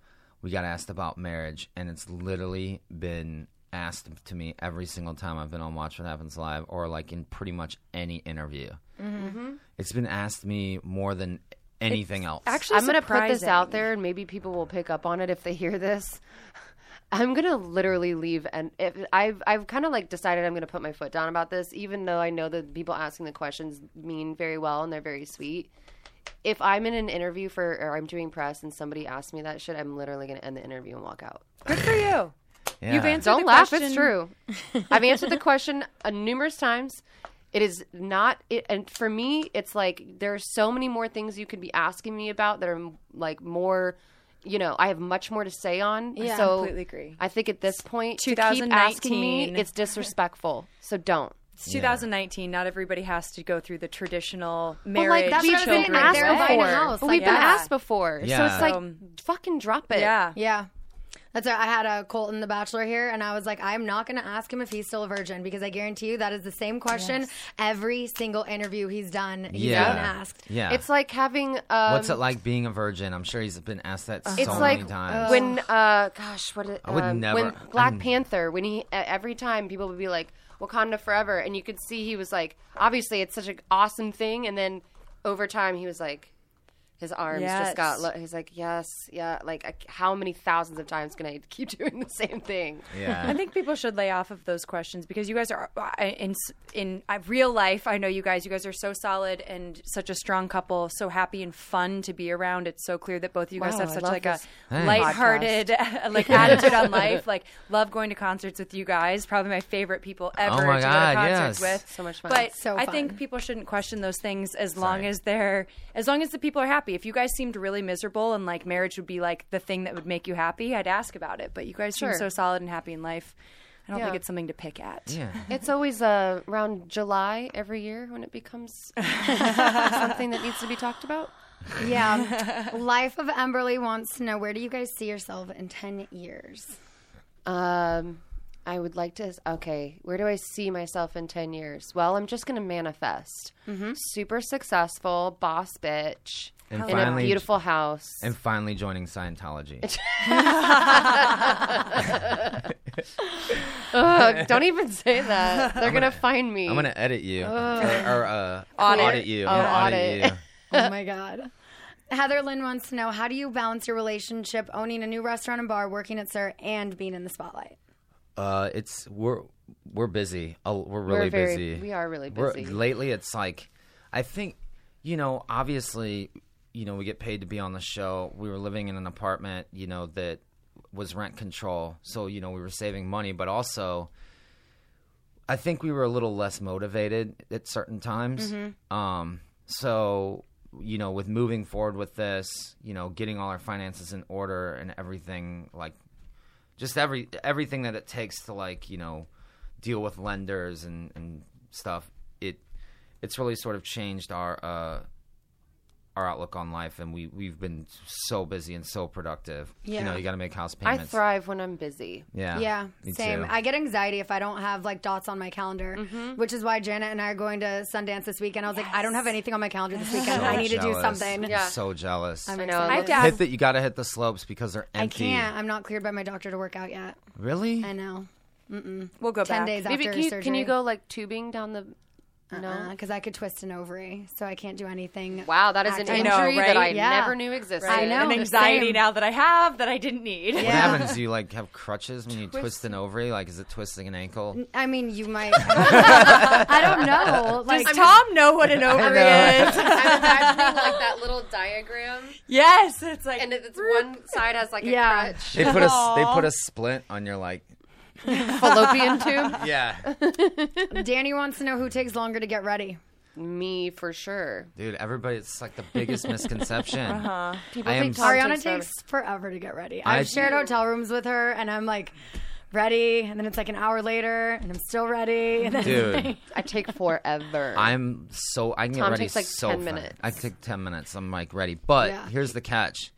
we got asked about marriage, and it's literally been asked to me every single time I've been on Watch What Happens Live, or like in pretty much any interview.
Mhm.
It's been asked me more than anything else.
I'm gonna put this out there, and maybe people will pick up on it if they hear this. I'm gonna literally leave, and if I've I've kind of like decided I'm gonna put my foot down about this, even though I know that people asking the questions mean very well and they're very sweet. If I'm in an interview for or I'm doing press and somebody asks me that shit, I'm literally gonna end the interview and walk out.
Good for you. You've answered
Don't
the
laugh.
question.
It's true. I've answered the question uh, numerous times. It is not, it, and for me, it's like there are so many more things you could be asking me about that are m- like more. You know, I have much more to say on.
Yeah,
so
completely agree.
I think at this point, to keep asking me,
2019.
it's disrespectful. So don't.
It's 2019. Not everybody has to go through the traditional
Well,
marriage.
like that's what I've been
children.
asked before. But we've been asked before, so
Yeah.
it's like
Um,
fucking drop it.
Yeah. That's why I had a Colton the Bachelor here, and I was like, I'm not going to ask him if he's still a virgin because I guarantee you that is the same question every single interview he's done. He's
Yeah.
been asked.
Yeah.
It's like having. Um,
What's it like being a virgin? I'm sure he's been asked that so
it's
many
like
times.
when uh gosh what it,
I would
um,
never-
when
I
black
would-
panther when he e- every time people would be like wakanda forever and you could see he was like obviously it's such an awesome thing and then over time he was like his arms just got
Yes.
lo- he's like yes yeah like I, how many thousands of times can i keep doing the same thing
I think people should lay off of those questions because you guys are uh, I- in s- in I- real life. I know you guys. You guys are so solid and such a strong couple. So happy and fun to be around. It's so clear that both of you guys
Wow,
have
I
such
love
like a
this
Thanks.
lighthearted
podcast.
like attitude on life. Like love going to concerts with you guys. Probably my favorite people ever
Oh my
to
God,
go to concerts
yes.
with.
So much fun.
But
So
I
fun.
think people shouldn't question those things as long as they're as long as the people are happy. If you guys seemed really miserable and like marriage would be like the thing that would make you happy, I'd ask about it. But you guys
Sure.
seem so solid and happy in life. I don't
Yeah.
think it's something to pick at.
Yeah.
it's always uh, around july every year when it becomes something that needs to be talked about
Yeah. Life of Emberly wants to know where do you guys see yourself in 10 years?
Um, I would like to. Okay, where do I see myself in ten years? Well, I'm just gonna manifest. Super successful boss bitch
And
in a
finally-
beautiful house.
and finally joining Scientology.
Ugh, don't even say that. They're
I'm
gonna,
gonna-
find me.
I'm gonna edit you
Ugh.
or, or, uh,
Audit.
audit. you.
Oh,
I'm gonna
audit.
audit. you.
oh my God. Heather Lynn wants to know how do you balance your relationship, owning a new restaurant and bar, working at Sir, and being in the spotlight?
Uh, it's we're we're busy. Oh, we're really
We're very-
busy.
we are really
We're-
busy.
lately, it's like, I think, you know, obviously, you know, we get paid to be on the show. We were living in an apartment, you know, that was rent control, so you know we were saving money, but also, I think we were a little less motivated at certain times.
Mhm.
Um, so you know, with moving forward with this, you know, getting all our finances in order and everything, like just every everything that it takes to like you know deal with lenders and and stuff. It it's really sort of changed our uh, our outlook on life, and we we've been so busy and so productive. You know,
Yeah.
you got to make house
I
payments.
thrive when I'm busy.
Yeah.
Yeah.
me
Same.
too.
I get anxiety if I don't have like dots on my calendar,
Mm-hmm.
which is why Janet and I are going to Sundance this weekend. I was like, I don't have anything on my calendar this weekend.
So
I need to do
jealous.
something.
I'm So jealous.
I'm I know, I excited. love it.
hit that. You got to hit the slopes because they're
I
empty.
can't. I'm not cleared by my doctor to work out yet.
Really?
I know. Mm-mm.
We'll go
Ten
back.
days
Maybe
after
can you,
surgery.
can you go like tubing down the?
No, because I could twist an ovary, so I can't do anything.
Wow, that is an
active.
injury that I never knew existed.
I know.
An anxiety
same.
now that I have that I didn't need.
What happens? Do you like have crutches when you
Twist-
twist an ovary? Like, is it twisting an ankle?
I mean, you might. I don't know.
Does
Like,
Tom know what an
I
ovary
know.
is?
I'm imagining like that little diagram.
Yes, it's like
and it's one side has like a
Yeah.
crutch. Oh.
They put a they put a splint on your like
fallopian tube.
yeah.
Danny wants to know who takes longer to get ready.
me for sure.
Dude, everybody, it's like the biggest misconception.
Uh-huh.
People
I am
think Ariana takes forever to get ready. I've,
I've-
shared hotel rooms with her, and I'm like ready, and then it's like an hour later, and I'm still ready. And then
Dude.
I take forever.
I'm so I can get
Tom
ready
takes, like,
so
10
fast.
minutes.
I take ten minutes. I'm like ready, but
Yeah.
here's the catch: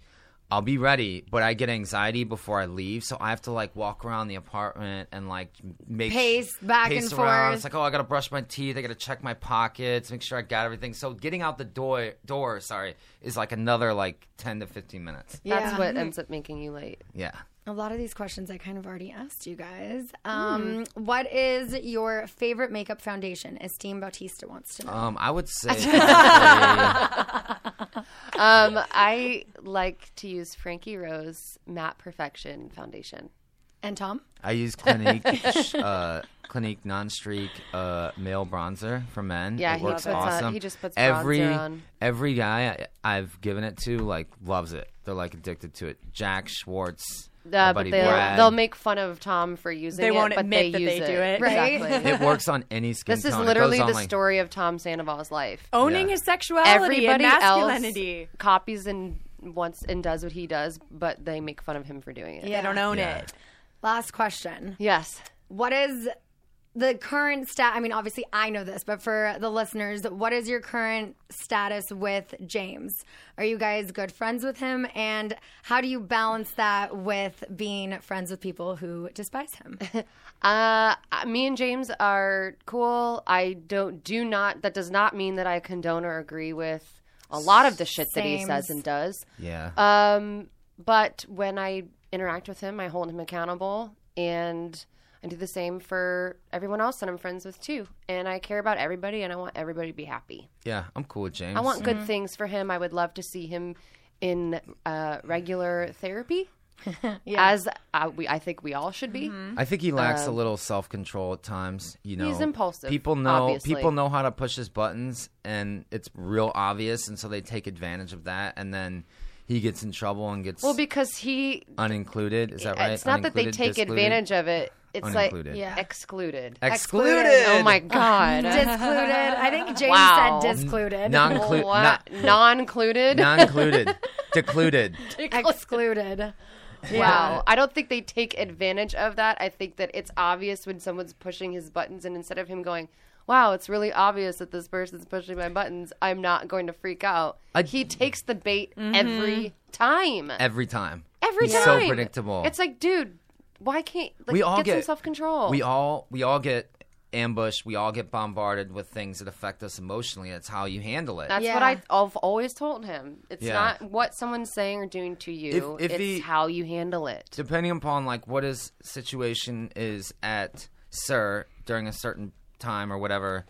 I'll be ready, but I get anxiety before I leave, so I have to like walk around the apartment and like make
Pace back
pace
and
around.
forth.
It's like oh, I gotta brush my teeth. I gotta check my pockets, make sure I got everything. So getting out the door, door, sorry, is like another like ten to fifteen minutes.
That's
Yeah.
what ends up making you late.
Yeah.
A lot of these questions I kind of already asked you guys. Um, What is your favorite makeup foundation? Esteem Bautista wants to know.
Um, I would say
Um, I like to use Frankie Rose Matte Perfection Foundation.
And Tom?
I use Clinique, uh, Clinique Non-Streak uh, Male Bronzer for men.
Yeah,
it
he
works
puts on-
awesome.
he just puts
every
bronzer on.
every guy I, I've given it to like loves it. They're like addicted to it. Jack Schwartz,
Uh,
my
but
buddy
they'll
Brad.
they'll make fun of Tom for using
They
it.
won't
but they
admit that
use
they do it.
Right?
Right?
Exactly.
it works on any skin
This is
tone. It
literally
goes on,
the
like-
story of Tom Sandoval's life.
Owning his sexuality and
Everybody
masculinity.
else copies and wants and does what he does, but they make fun of him for doing it.
Yeah. They don't own Yeah. it. Last question.
Yes.
What is the current stat? I mean, obviously, I know this, but for the listeners, what is your current status with James? Are you guys good friends with him? And how do you balance that with being friends with people who despise him?
Uh, me and James are cool. I don't do not that does not mean that I condone or agree with a lot of the shit that he
Sames.
says and does.
Yeah.
Um, but when I interact with him, I hold him accountable and I do the same for everyone else that I'm friends with too. And I care about everybody and I want everybody to be happy.
Yeah, I'm cool with James.
I want good things for him. I would love to see him in uh, regular therapy. As uh, we, I think we all should be.
I think he lacks a
Um,
little self control at times. You know,
He's impulsive,
People know
obviously.
people know how to push his buttons, and it's real obvious, and so they take advantage of that, and then he gets in trouble and gets
Well, because he
unincluded. Is that right?
It's not that they
Unincluded,
take
discluded?
advantage of it. It's like
Unincluded.
yeah. excluded.
Excluded.
Oh my god.
Discluded. I think James
Wow.
said discluded.
Non-clu-
What? Non-cluded.
Non-cluded. Decluded.
Excluded.
Wow. I don't think they take advantage of that. I think that it's obvious when someone's pushing his buttons, and instead of him going, "Wow, it's really obvious that this person's pushing my buttons," I'm not going to freak out.
I-
he takes the bait every time.
Every time.
Every
He's
time.
so predictable.
It's like, dude, why can't like,
we all
get,
get,
some self control?
We all we all get ambushed. We all get bombarded with things that affect us emotionally. That's how you handle it.
That's what I, I've always told him. It's
Yeah.
not what someone's saying or doing to you.
If- if
it's
he-
how you handle it.
depending upon like what his situation is at sir during a certain time or whatever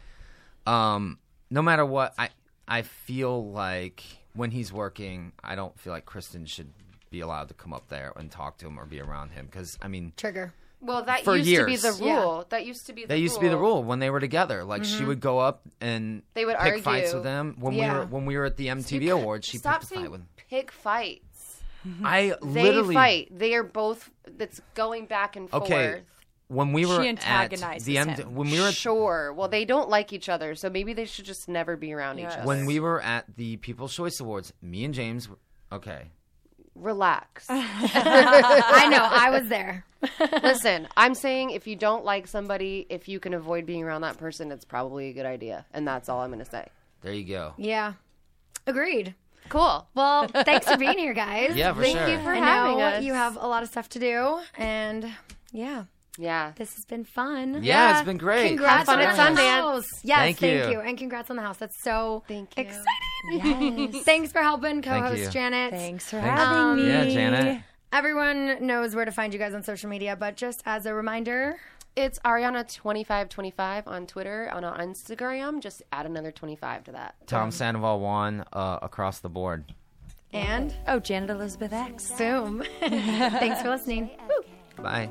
um no matter what i i feel like when he's working i don't feel like kristen should be allowed to come up there and talk to him or be around him because i mean
Trigger.
Well, that
For
used to be
years.
the rule. That used to be the
that used to be the rule when they were together like she
Mhm.
would go up and
They would
pick fights
argue.
with him when
Yeah.
we were when we were at the mtv awards she
Stop
picked a fight
saying
with him
pick fights.
i
They
literally
fight. They are both. That's going back and forth.
okay when we
She
were at
antagonizes
the MT-
him.
when we were at
Sure. Well, they don't like each other, so maybe they should just never be around each other.
When we were at the People's Choice Awards, me and James, were- okay,
relax.
I know. I was there.
Listen, I'm saying if you don't like somebody, if you can avoid being around that person, it's probably a good idea, and that's all I'm going to say.
there you go.
Yeah. Agreed.
Cool.
Well, thanks for being here, guys.
Yeah, for
Thank
sure.
you for
I
having
know,
us. You
you
have a lot of stuff to do, and yeah,
yeah,
this has been fun.
Yeah, it's been great.
Congrats
Have fun
on
at
the
Sundance.
house. Yes, thank,
Thank
you.
you.
and congrats on the house. That's so
thank
you. exciting. Thanks for helping, co-host
you.
Janet. Thanks for
Thanks. Yeah, Janet.
Everyone knows where to find you guys on social media, but just as a reminder,
It's Ariana2525 on Twitter, on our Instagram. Just add another 25 to that.
Tom Sandoval won uh, across the board.
and
Oh, Janet Elizabeth X.
boom. thanks for listening. Woo.
Bye.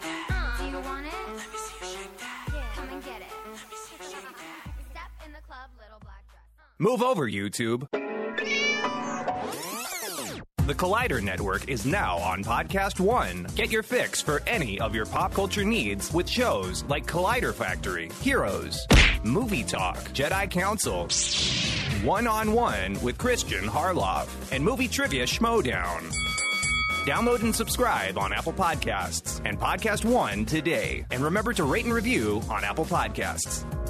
that. Uh, do you want it? Let me see you shake that. Yeah. Come and get it. Let me see you shake that. Step in the club, little black dress.
Move over, YouTube. The Collider Network is now on Podcast One. Get your fix for any of your pop culture needs with shows like Collider Factory, Heroes, Movie Talk, Jedi Council, One on One with Christian Harloff, and Movie Trivia Schmodown. Download and subscribe on Apple Podcasts and Podcast One today. And remember to rate and review on Apple Podcasts.